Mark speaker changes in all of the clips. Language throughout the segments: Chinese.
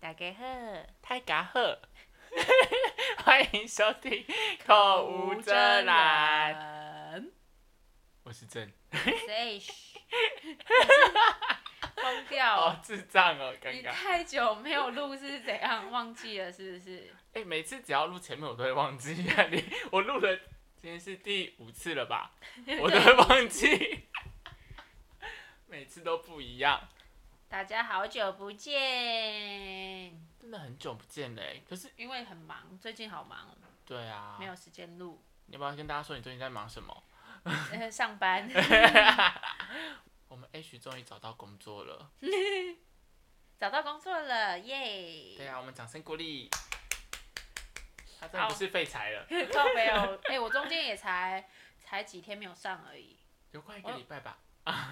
Speaker 1: 家好，
Speaker 2: 太嘎赫， 欢迎收听《口无遮拦》，
Speaker 1: 人，
Speaker 2: 我是真
Speaker 1: 谁？疯 掉
Speaker 2: 哦
Speaker 1: 了！，
Speaker 2: 智障哦，尴
Speaker 1: 你
Speaker 2: 尬。
Speaker 1: 太久没有录是怎样？忘记了是不是？
Speaker 2: 哎、每次只要录前面，我都会忘记。啊你 我录了，今天是第五次了 吧？我都会忘记，每次都不一样。
Speaker 1: 大家好久不见，
Speaker 2: 真的很久不见嘞，可是
Speaker 1: 因为很忙，最近好忙哦，
Speaker 2: 对啊，
Speaker 1: 没有时间录。
Speaker 2: 你要不要跟大家说你最近在忙什么？
Speaker 1: 呃 上班，
Speaker 2: 我们 H 终于找到工作了，
Speaker 1: 找到工作了，
Speaker 2: 对
Speaker 1: 耶！
Speaker 2: 啊，我们掌声鼓励。他真的不是废材了，
Speaker 1: 靠没有，哎，我中间也才才几天没有上 而已。
Speaker 2: 有快一个礼拜吧，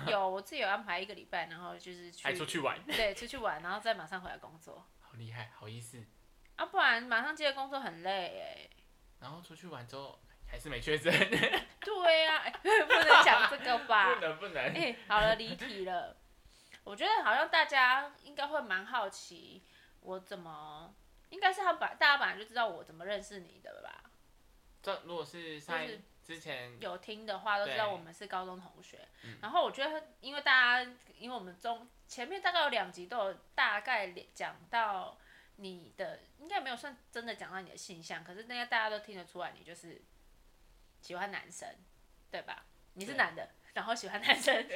Speaker 1: 有，我自己有安排一个礼拜，然后就是去
Speaker 2: 还出去玩，
Speaker 1: 对，出去玩，然后再马上回来工作
Speaker 2: 好厉害，好意思。
Speaker 1: 啊，不然马上接着工作很累哎。
Speaker 2: 然后出去玩之后还是没确 诊，
Speaker 1: 对呀、哎 不能讲这个吧
Speaker 2: 不？能不能。
Speaker 1: 哎、好了，离题了。我觉得好像大家应该会蛮好奇我怎么，应该是他把大家本来就知道我怎么认识你的吧？
Speaker 2: 这如果是上一
Speaker 1: 就是
Speaker 2: 之前
Speaker 1: 有听的话都知道
Speaker 2: 对嗯
Speaker 1: 我们是高中同学。然后我觉得，因为大家，因为我们中前面大概有两集都有大概讲到你的，应该没有算真的讲到你的性向，可是那个大家都听得出来，你就是喜欢男生，对吧？你是
Speaker 2: 对
Speaker 1: 男的，然后喜欢 男生，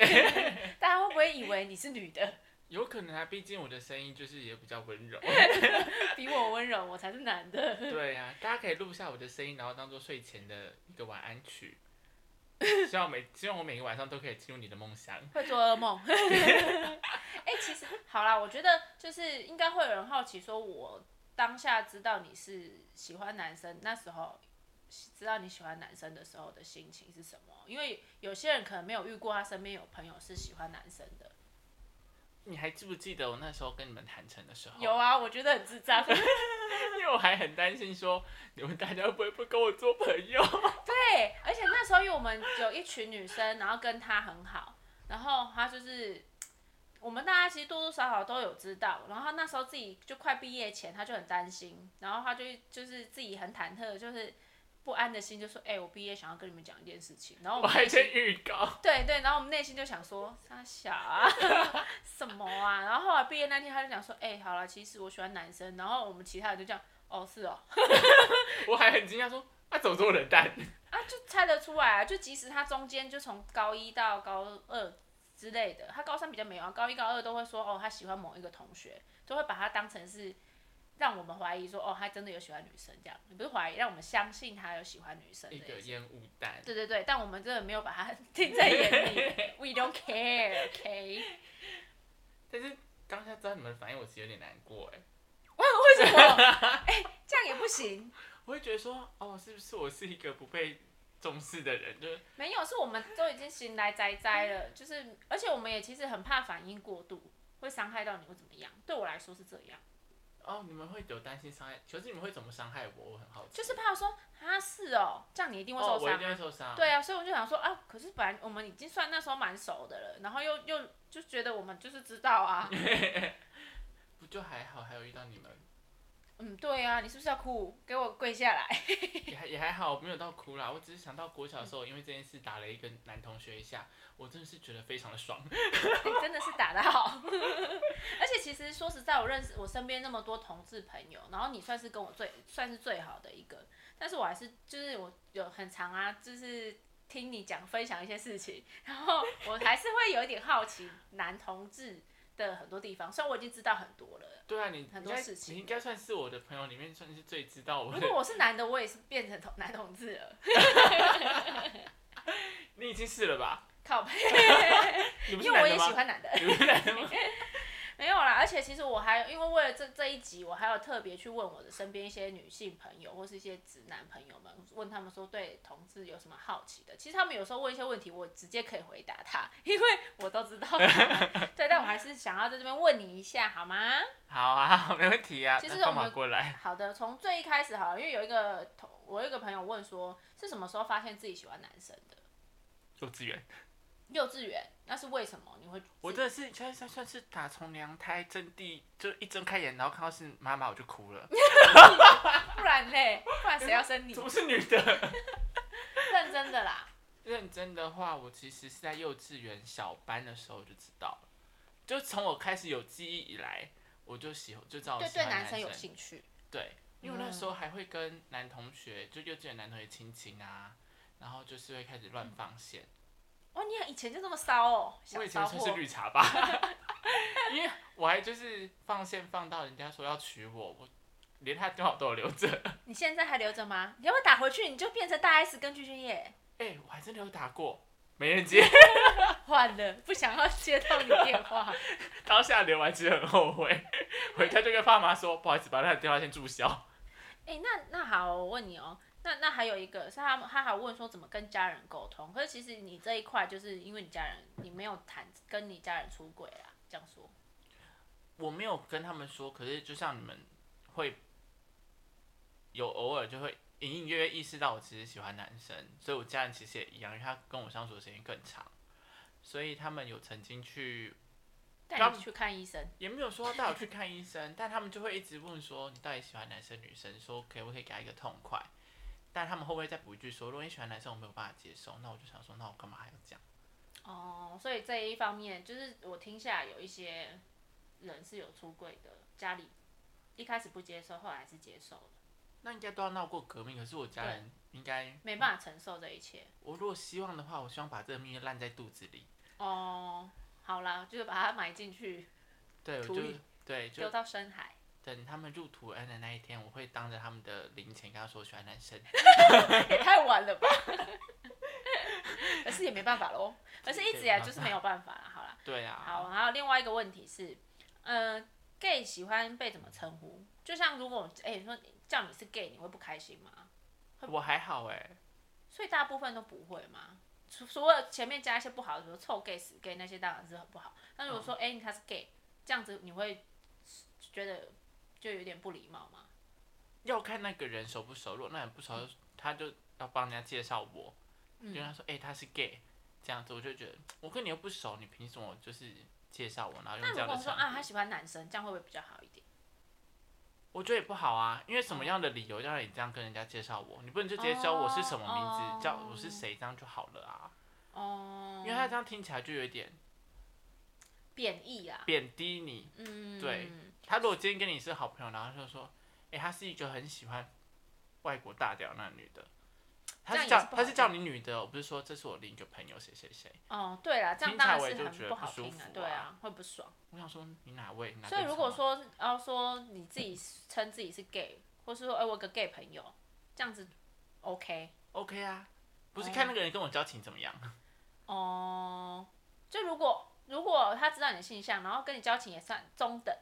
Speaker 1: 大家会不会以为你是女的？
Speaker 2: 有可能啊，毕竟我的声音就是也比较温 柔。
Speaker 1: 比我温柔，我才是男的。
Speaker 2: 对啊，大家可以录下我的声音，然后当做睡前的一个晚安 曲。希望每希望我每个晚上都可以进入你的梦乡。
Speaker 1: 会做噩 梦。哎、其实好啦，我觉得就是应该会有人好奇，说我当下知道你是喜欢男生，那时候知道你喜欢男生的时候的心情是什么？因为有些人可能没有遇过，他身边有朋友是喜欢男生的。
Speaker 2: 你还记不记得我那时候跟你们谈成的时候？
Speaker 1: 有，啊，我觉得很智障。
Speaker 2: 因为我还很担心说你们大家会不会不跟我做朋友。
Speaker 1: 对，而且那时候因为我们有一群女生，然后跟他很好，然后他就是我们大家其实多多少少都有知道，然后他那时候自己就快毕业前，他就很担心，然后他就就是自己很忐忑，就是不安的心，就说：“哎、我毕业想要跟你们讲一件事情。”然后我
Speaker 2: 我
Speaker 1: 们内
Speaker 2: 还
Speaker 1: 心
Speaker 2: 先预告，
Speaker 1: 对对，然后我们内心就想说：“傻小啊， 什么啊？”然后后来毕业那天，他就讲说：“哎、好了，其实我喜欢男生。”然后我们其他人就这样：“哦，是哦。”
Speaker 2: 我还很惊讶说他怎么这么冷淡？
Speaker 1: 啊，就猜得出来啊！就即使他中间就从高一到高二之类的，他高三比较没有啊，高一高二都会说哦，他喜欢某一个同学，都会把他当成是让我们怀疑说哦，他真的有喜欢女生这样，不是怀疑，让我们相信他有喜欢女生
Speaker 2: 一
Speaker 1: 这
Speaker 2: 个
Speaker 1: 样。
Speaker 2: 烟雾弹。
Speaker 1: 对对对，但我们真的没有把他 听在眼里，We don't care，OK？、
Speaker 2: 但是当下知道你们的反应，我其实有点难过哎。
Speaker 1: 为什么？哎、这样也不行。
Speaker 2: 我会觉得说，哦，是不是我是一个不被重视的人？就是
Speaker 1: 没有，是我们都已经行来栽栽了，就是而且我们也其实很怕反应过度，会伤害到你或怎么样。对我来说是这样。
Speaker 2: 哦，你们会有担心伤害，可是你们会怎么伤害我？我很好奇。
Speaker 1: 就是怕说啊是哦，这样你一定会
Speaker 2: 哦，
Speaker 1: 受
Speaker 2: 我一
Speaker 1: 伤、
Speaker 2: 定会受伤。，
Speaker 1: 对啊，所以我就想说啊，可是本来我们已经算那时候蛮熟的了，然后又又就觉得我们就是知道啊，
Speaker 2: 不就还好，还有遇到你们，
Speaker 1: 嗯，对啊，你是不是要哭？给我跪下来。
Speaker 2: 也还也还好，没有到哭啦。我只是想到国小的时候，因为这件事打了一个男同学一下，我真的是觉得非常的爽。
Speaker 1: 欸真的是打得好。 而且其实说实在，我认识我身边那么多同志朋友，然后你算是跟我最算是最好的一个，但是我还是就是我有很长啊，就是听你讲分享一些事情，然后我还是会有一点好奇男同志的很多地方，虽然我已经知道很多了。
Speaker 2: 对啊，你
Speaker 1: 很
Speaker 2: 应
Speaker 1: 多
Speaker 2: 该
Speaker 1: 事情
Speaker 2: 你应该算是我的朋友里面算是最知道我
Speaker 1: 如果
Speaker 2: 的。
Speaker 1: 我是男的，我也是变成同男同志了，
Speaker 2: 你已经是了吧？
Speaker 1: 靠背，
Speaker 2: 你不是
Speaker 1: 因为
Speaker 2: 男的
Speaker 1: 我也喜
Speaker 2: 吗？
Speaker 1: 欢男的。
Speaker 2: 你不是男的吗？
Speaker 1: 没有啦，而且其实我还因为为了这这一集，我还有特别去问我的身边一些女性朋友或是一些直男朋友们，问他们说对同志有什么好奇的。其实他们有时候问一些问题，我直接可以回答他， 因为我都知道 答案。对，但我还是想要在这边问你一下，好吗？
Speaker 2: 好啊， 好没问题啊。
Speaker 1: 其实
Speaker 2: 那
Speaker 1: 我
Speaker 2: 干嘛
Speaker 1: 们
Speaker 2: 过来？
Speaker 1: 好的，从最一开始好了，因为有一个同我有一个朋友问说，是什么时候发现自己喜欢男生的？
Speaker 2: 幼稚园。
Speaker 1: 幼稚园，那是为什么？你会
Speaker 2: 我真的是算算算是打从娘胎真谛，就一睁开眼，然后看到是妈妈，我就哭了。
Speaker 1: 不然嘞，不然谁要生你
Speaker 2: 怎？么是女 的？
Speaker 1: 认真的啦，
Speaker 2: 认真的话，我其实是在幼稚园小班的时候就知道了，就从我开始有记忆以来，我就喜欢就知道我
Speaker 1: 对
Speaker 2: 喜
Speaker 1: 对
Speaker 2: 欢
Speaker 1: 男
Speaker 2: 男
Speaker 1: 生有嗯兴趣，
Speaker 2: 对，因为我那时候还会跟男同学，就幼稚园男同学亲亲啊，然后就是会开始乱放线。
Speaker 1: 哦，你以前就这么骚哦，小
Speaker 2: 我以前
Speaker 1: 骚
Speaker 2: 算是
Speaker 1: 货，
Speaker 2: 绿茶吧， 因为我还就是放线放到人家说要娶我，我连他电话都有留着。
Speaker 1: 你现在还留着吗？你要不要打回去？你就变成大 S 跟具俊晔，
Speaker 2: 哎、我还真的有打过，没人接。
Speaker 1: 换了，不想要接到你电 话，
Speaker 2: 当下留完其实很后悔，回家就跟爸妈说，不好意思，把他的电话先注销。
Speaker 1: 哎、那那好，我问你哦，那那还有一个是他们他还问说怎么跟家人沟通，可是其实你这一块就是因为你家人你没有谈跟你家人出轨啦，这样说，
Speaker 2: 我没有跟他们说，可是就像你们会有偶尔就会隐隐约约意识到我其实喜欢男生，所以我家人其实也一样，因为他跟我相处的时间更长，所以他们有曾经去
Speaker 1: 带
Speaker 2: 刚
Speaker 1: 你去看医生，
Speaker 2: 也没有说带我去看医生，但他们就会一直问说你到底喜欢男生女生，说可以不可以给他一个痛快，但他们后面再补一句说，如果你喜欢男生我没有办法接受，那我就想说那我干嘛还要讲？
Speaker 1: 哦，所以这一方面就是我听下来有一些人是有出轨的，家里一开始不接受，后来是接受了，
Speaker 2: 那应该都要闹过革命，可是我家人应该，
Speaker 1: 没办法承受这一切，
Speaker 2: 我如果希望的话，我希望把这个蜜月烂在肚子里。
Speaker 1: 哦，好啦，就是把它埋进去，
Speaker 2: 对，我
Speaker 1: 土
Speaker 2: 就
Speaker 1: 里
Speaker 2: 对，
Speaker 1: 丢
Speaker 2: 就
Speaker 1: 到深海。
Speaker 2: 等他们入土安的那一天，我会当着他们的灵前跟他说我喜欢男生。
Speaker 1: 也太晚了吧？可是也没办法喽，可是一直以来就是没有办法了。好啦，
Speaker 2: 对啊，
Speaker 1: 好，然后另外一个问题是，嗯、g a y 喜欢被怎么称呼？就像如果我哎、你说叫你是 gay，你会不开心吗？
Speaker 2: 我还好哎、
Speaker 1: 所以大部分都不会嘛。除除了前面加一些不好的，比如臭 gay、死 gay 那些，当然是很不好。那如果说哎、你他是 gay，这样子你会觉得就有点不礼貌吗？
Speaker 2: 要看那个人熟不熟，如果那人不熟，他就要帮人家介绍我，
Speaker 1: 嗯
Speaker 2: 就跟他说，哎、他是 gay，这样子我就觉得我跟你又不熟，你凭什么就是介绍我，然后用
Speaker 1: 那
Speaker 2: 这
Speaker 1: 如
Speaker 2: 样
Speaker 1: 果
Speaker 2: 的
Speaker 1: 说
Speaker 2: 称
Speaker 1: 啊，他
Speaker 2: 呼？
Speaker 1: 喜欢男生，这样会不会比较好一点？
Speaker 2: 我觉得也不好啊，因为什么样的理由要让你这样跟人家介绍我？你不能就直接教我是什么名字，
Speaker 1: 哦
Speaker 2: 叫我是谁，这样就好了啊。
Speaker 1: 哦、
Speaker 2: 因为他这样听起来就有点
Speaker 1: 贬义啊，
Speaker 2: 贬低你，
Speaker 1: 嗯，
Speaker 2: 对他如果今天跟你是好朋友，然后就说，哎、她是一个很喜欢外国大屌那女的，他是
Speaker 1: 这
Speaker 2: 叫
Speaker 1: 样也是不好
Speaker 2: 他是叫你女的，我不是说这是我另一个朋友谁谁谁。
Speaker 1: 哦，对啦，这样
Speaker 2: 听起
Speaker 1: 当
Speaker 2: 来
Speaker 1: 然
Speaker 2: 我也
Speaker 1: 是
Speaker 2: 就觉
Speaker 1: 很
Speaker 2: 得不
Speaker 1: 不好
Speaker 2: 舒
Speaker 1: 听啊，
Speaker 2: 服
Speaker 1: 对
Speaker 2: 啊，
Speaker 1: 会不爽。
Speaker 2: 我想说你哪位？哪
Speaker 1: 所以
Speaker 2: 根
Speaker 1: 如
Speaker 2: 葱
Speaker 1: 果
Speaker 2: 啊
Speaker 1: 说要说你自己称自己是 gay，或是说哎、我有个 gay 朋友，这样子 OK
Speaker 2: OK 啊，不是
Speaker 1: 哦
Speaker 2: 看那个人跟我交情怎么样，
Speaker 1: 哦、就如果如果他知道你的性向，然后跟你交情也算中等，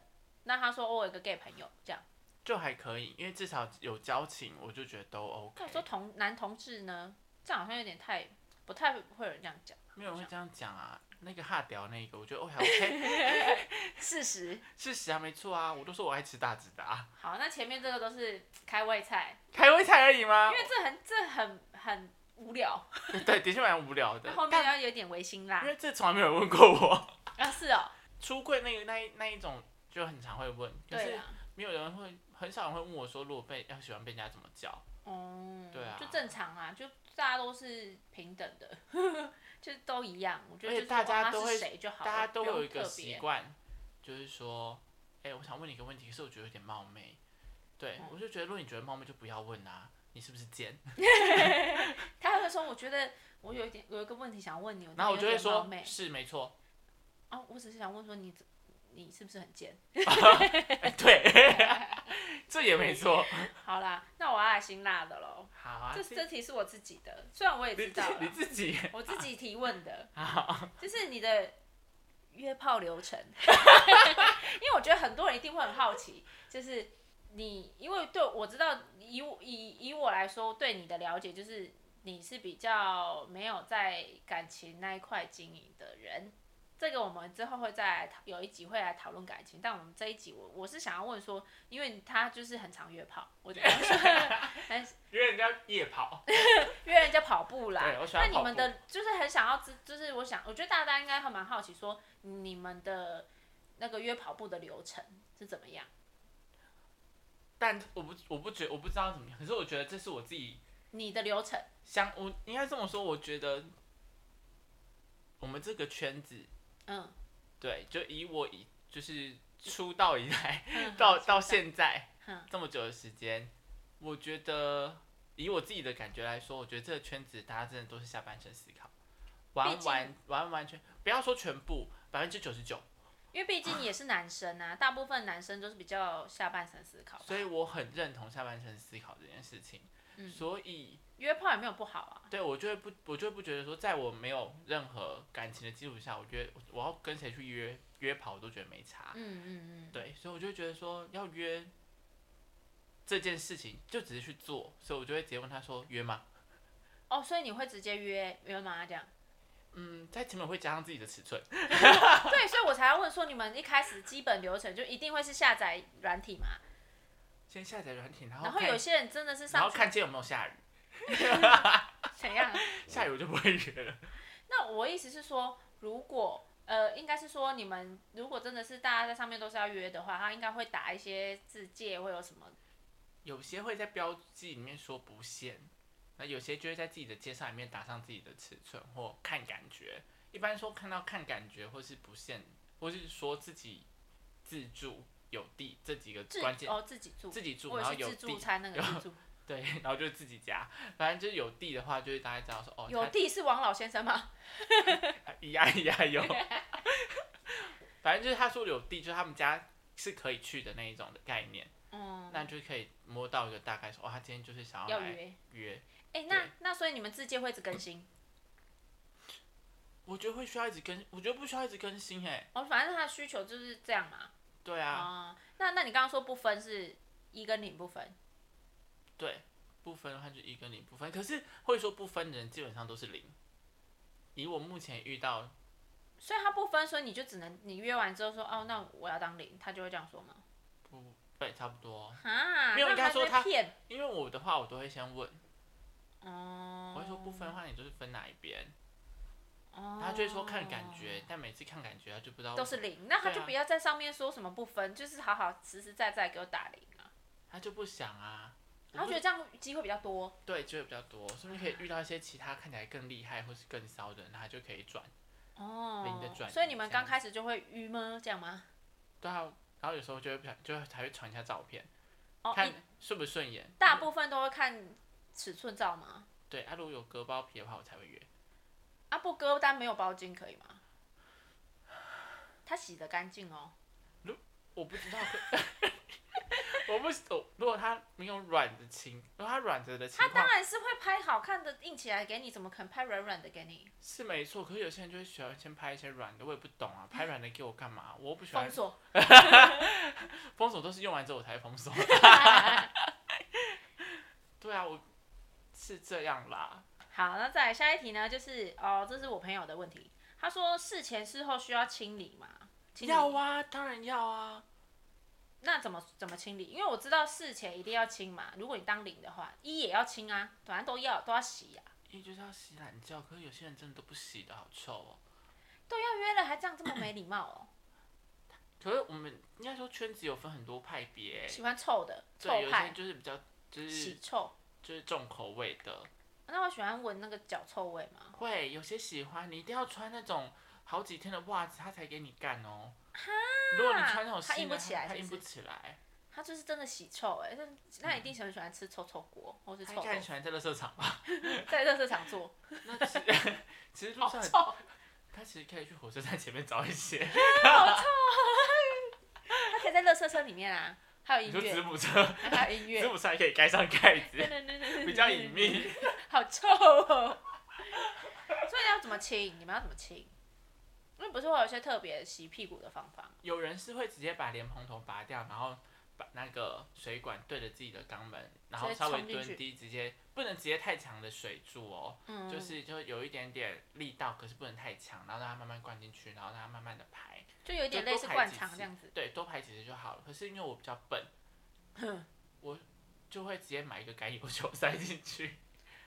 Speaker 1: 那他说、哦、我有个 gay 朋友这样，
Speaker 2: 就还可以，因为至少有交情，我就觉得都
Speaker 1: 那
Speaker 2: OK
Speaker 1: 我。说同男同志呢，这样好像有点太不太会有人这样讲，
Speaker 2: 没有人会这样讲啊。那个哈屌那个，我觉得哦 还 OK，
Speaker 1: 事实。
Speaker 2: 事实啊没错啊，我都说我爱吃大直的啊，
Speaker 1: 好，那前面这个都是开胃菜，
Speaker 2: 开胃菜而已吗
Speaker 1: 因？为这很这很很无聊。
Speaker 2: 对，的确蛮无聊的
Speaker 1: 那。后面要有点微辛辣
Speaker 2: 因为这从来没有人问过我。
Speaker 1: 啊，是哦，
Speaker 2: 出柜那个那一那一种就很常会问，可
Speaker 1: 对
Speaker 2: 是
Speaker 1: 啊，
Speaker 2: 没有人会，很少人会问我说，如果被要喜欢被人家怎么叫？
Speaker 1: 哦，
Speaker 2: 对啊
Speaker 1: 就正常啊，就大家都是平等的， 就都一样。我觉得
Speaker 2: 而且
Speaker 1: 就是
Speaker 2: 大家
Speaker 1: 哇
Speaker 2: 都
Speaker 1: 他
Speaker 2: 会
Speaker 1: 是谁就好
Speaker 2: 大
Speaker 1: 了，
Speaker 2: 家都
Speaker 1: 不
Speaker 2: 会
Speaker 1: 用
Speaker 2: 有一个
Speaker 1: 特
Speaker 2: 习
Speaker 1: 别。
Speaker 2: 惯，就是说，哎、我想问你一个问题，可是我觉得有点冒昧，对、
Speaker 1: 嗯
Speaker 2: 我就觉得，如果你觉得冒昧，就不要问啊，你是不是贱？
Speaker 1: 他会说，我觉得我有一点有一个问题想问你，
Speaker 2: 然后我
Speaker 1: 觉
Speaker 2: 就
Speaker 1: 得
Speaker 2: 会
Speaker 1: 有点冒
Speaker 2: 说，
Speaker 1: 昧
Speaker 2: 是没错，
Speaker 1: 啊，我只是想问说你你是不是很贱？
Speaker 2: 哎、对， 这也没 错。
Speaker 1: 好啦，那我要来辛辣的喽。
Speaker 2: 好啊，
Speaker 1: 这这题是我自己的，虽然我也
Speaker 2: 你
Speaker 1: 知道
Speaker 2: 你
Speaker 1: 了，
Speaker 2: 自己，
Speaker 1: 我自己提问的，
Speaker 2: 好，
Speaker 1: 就是你的约炮流程，因为我觉得很多人一定会很好奇，就是你，因为对我知道以我以以我来说，对你的了解就是你是比较没有在感情那一块经营的人，这个我们之后会再来讨有一集会来讨论感情，但我们这一集我我是想要问说，因为他就是很常约炮，我觉得很
Speaker 2: 因为人家夜跑，
Speaker 1: 约人家跑步啦
Speaker 2: 对我。喜
Speaker 1: 那
Speaker 2: 欢
Speaker 1: 你
Speaker 2: 跑
Speaker 1: 们的就是很想要知，就是我想，我觉得大家应该还蛮好奇说你们的那个约跑步的流程是怎么样？
Speaker 2: 但我不我不觉我不知道怎么样，可是我觉得这是我自己
Speaker 1: 你的流程，
Speaker 2: 相我应该这么说，我觉得我们这个圈子
Speaker 1: 嗯，
Speaker 2: 对，就以我以就是出道以来
Speaker 1: 嗯
Speaker 2: 到到，现在
Speaker 1: 嗯
Speaker 2: 这么久的时间，我觉得以我自己的感觉来说，我觉得这个圈子大家真的都是下半身思考，完
Speaker 1: 毕竟
Speaker 2: 完完完全不要说全部，百分之九十九，
Speaker 1: 因为毕竟也是男生啊，大部分男生都是比较下半身思考吧，
Speaker 2: 所以我很认同下半身思考这件事情。
Speaker 1: 嗯
Speaker 2: 所以
Speaker 1: 约炮也没有不好啊。
Speaker 2: 对我就会不，我就会不觉得说，在我没有任何感情的基础下，我约我要跟谁去约约跑，我都觉得没差。
Speaker 1: 嗯嗯嗯，
Speaker 2: 对，所以我就会觉得说要约这件事情，就只是去做，所以我就会直接问他说约吗？
Speaker 1: 哦，所以你会直接约约吗？这样？
Speaker 2: 嗯，在前面会加上自己的尺寸，
Speaker 1: 对，所以我才要问说，你们一开始基本流程就一定会是下载软体嘛？
Speaker 2: 先下载软体，然后
Speaker 1: 然后
Speaker 2: 看
Speaker 1: 有些人真的是
Speaker 2: 然
Speaker 1: 上
Speaker 2: 后
Speaker 1: 去
Speaker 2: 看今天有没有下雨，
Speaker 1: 怎样？
Speaker 2: 下雨我就不会约了。
Speaker 1: 那我意思是说，如果呃，应该是说你们如果真的是大家在上面都是要约的话，他应该会打一些字界，会有什么？
Speaker 2: 有些会在标记里面说不限，那有些就会在自己的介绍里面打上自己的尺寸或看感觉。一般说看到看感觉或是不限，或是说自己自助有地这几个
Speaker 1: 自
Speaker 2: 关键，
Speaker 1: 哦自己住，
Speaker 2: 自己住
Speaker 1: 我
Speaker 2: 然后
Speaker 1: 也
Speaker 2: 有
Speaker 1: 是自助
Speaker 2: 地，
Speaker 1: 餐那个
Speaker 2: 有
Speaker 1: 自助，
Speaker 2: 对，然后就是自己家，反正就是有地的话，就会大概知道说哦，
Speaker 1: 有地是王老先生 吗？
Speaker 2: 他咿呀咿呀有，反正就是他说有地，就是他们家是可以去的那一种的概念，
Speaker 1: 嗯，
Speaker 2: 那就可以摸到一个大概说哦，他今天就是想
Speaker 1: 要
Speaker 2: 来
Speaker 1: 约。
Speaker 2: 约，
Speaker 1: 哎、那
Speaker 2: 对
Speaker 1: 那所以你们字界会一直更新，
Speaker 2: 我觉得会需要一直更，我觉得不需要一直更新哎、
Speaker 1: 哦，反正他的需求就是这样嘛。
Speaker 2: 对啊，
Speaker 1: 啊、那那你刚刚说不分是一跟零不分，
Speaker 2: 对，不分的话就一跟零不分，可是会说不分的人基本上都是零。以我目前遇到，
Speaker 1: 所以他不分，所以你就只能你约完之后说哦，那我要当零，他就会这样说吗？
Speaker 2: 不对，差不多。
Speaker 1: 啊，
Speaker 2: 没有
Speaker 1: 那
Speaker 2: 应该说
Speaker 1: 就
Speaker 2: 他
Speaker 1: 骗
Speaker 2: 因为我的话，我都会先问，
Speaker 1: 哦，
Speaker 2: 我会说不分的话，你就是分哪一边，
Speaker 1: 哦，
Speaker 2: 他就会说看感觉，但每次看感觉他就不知道为
Speaker 1: 都
Speaker 2: 什
Speaker 1: 是
Speaker 2: 么
Speaker 1: 零，那他
Speaker 2: 对
Speaker 1: 就
Speaker 2: 啊
Speaker 1: 不要在上面说什么不分，就是好好实实在在给我打零啊，
Speaker 2: 他就不想啊。我
Speaker 1: 他
Speaker 2: 不
Speaker 1: 觉得这样机会比较多。
Speaker 2: 对，就会比较多，说不定可以遇到一些其他看起来更厉害或是更骚的人，他就可以转。零的
Speaker 1: 哦
Speaker 2: 转移，
Speaker 1: 所以你们
Speaker 2: 这样
Speaker 1: 刚开始就会晕吗？这样吗？
Speaker 2: 对啊，然后有时候就会不想，就会还会传一下照片，
Speaker 1: 哦，
Speaker 2: 看
Speaker 1: 一
Speaker 2: 顺不顺眼。
Speaker 1: 大部分都会看尺寸照吗？
Speaker 2: 对，啊，如果有割包皮的话，我才会约。
Speaker 1: 啊，不割但没有包巾可以吗？他洗得干净哦，
Speaker 2: 我不知道可， 我不，我如果他没有软的情，如果他软着的情
Speaker 1: 他
Speaker 2: 况
Speaker 1: 当然是会拍好看的印起来给你，怎么可能拍软软的给你？
Speaker 2: 是没错，可是有些人就会喜欢先拍一些软的，我也不懂啊，拍软的给我干嘛？我又不喜欢
Speaker 1: 嗯封锁。
Speaker 2: 封锁，都是用完之后我才会封锁。 对啊，我是这样啦。
Speaker 1: 好，那再来下一题呢，就是哦，这是我朋友的问题，他说事前事后需要清理吗？清理
Speaker 2: 要啊，当然要啊。
Speaker 1: 那怎么怎么清理？因为我知道事前一定要清嘛，如果你当零的话，一也要清啊，反正都要都要洗啊呀、
Speaker 2: 也就是要洗懒觉，可是有些人真的都不洗的，好臭哦。
Speaker 1: 都要约了还这样这么没礼貌 哦，
Speaker 2: 可是我们应该说圈子有分很多派别，欸
Speaker 1: 喜欢臭的臭
Speaker 2: 对，有些
Speaker 1: 派
Speaker 2: 人就是比较就
Speaker 1: 洗
Speaker 2: 是
Speaker 1: 臭，
Speaker 2: 就是重口味的，
Speaker 1: 那我喜欢闻那个脚臭味吗？
Speaker 2: 会有些喜欢你一定要穿那种好几天的袜子，他才给你干哦。如果你穿那种
Speaker 1: 他
Speaker 2: 新
Speaker 1: 硬不
Speaker 2: 的，
Speaker 1: 起来
Speaker 2: 他
Speaker 1: 是
Speaker 2: 硬
Speaker 1: 不
Speaker 2: 不
Speaker 1: 是
Speaker 2: 起来，
Speaker 1: 他就是真的洗臭哎、那那一定很喜欢吃臭臭锅或是
Speaker 2: 他
Speaker 1: 臭
Speaker 2: 应该很
Speaker 1: 豆
Speaker 2: 喜
Speaker 1: 腐，
Speaker 2: 欢在乐色场 吧？
Speaker 1: 在热色场做，
Speaker 2: 那其实其实路
Speaker 1: 好
Speaker 2: 上
Speaker 1: 臭，
Speaker 2: 他其实可以去火车站前面找一些，
Speaker 1: 他可以在热色车里面啊，还
Speaker 2: 你
Speaker 1: 有音
Speaker 2: 说子
Speaker 1: 乐，
Speaker 2: 母车，
Speaker 1: 还有音乐
Speaker 2: 子，母车还可以盖上盖子， 比
Speaker 1: 比
Speaker 2: 较隐，秘。
Speaker 1: 好臭哦。 所以要怎么清？你们要怎么清？因为不是会有一些特别洗屁股的方法吗？
Speaker 2: 有人是会直接把莲蓬头拔掉，然后把那个水管对着自己的肛门，然
Speaker 1: 直
Speaker 2: 后
Speaker 1: 接
Speaker 2: 稍微
Speaker 1: 冲进去
Speaker 2: 蹲低，直接不能直接太强的水柱哦，
Speaker 1: 嗯，
Speaker 2: 就是就有一点点力道，可是不能太强，然后让它慢慢灌进去，然后让它慢慢的排，
Speaker 1: 就有点类似
Speaker 2: 就多排
Speaker 1: 灌
Speaker 2: 几
Speaker 1: 肠
Speaker 2: 次
Speaker 1: 这样子。
Speaker 2: 对，多排几次就好了。可是因为我比较 笨，我就会直接买一个橄榄球塞进 去，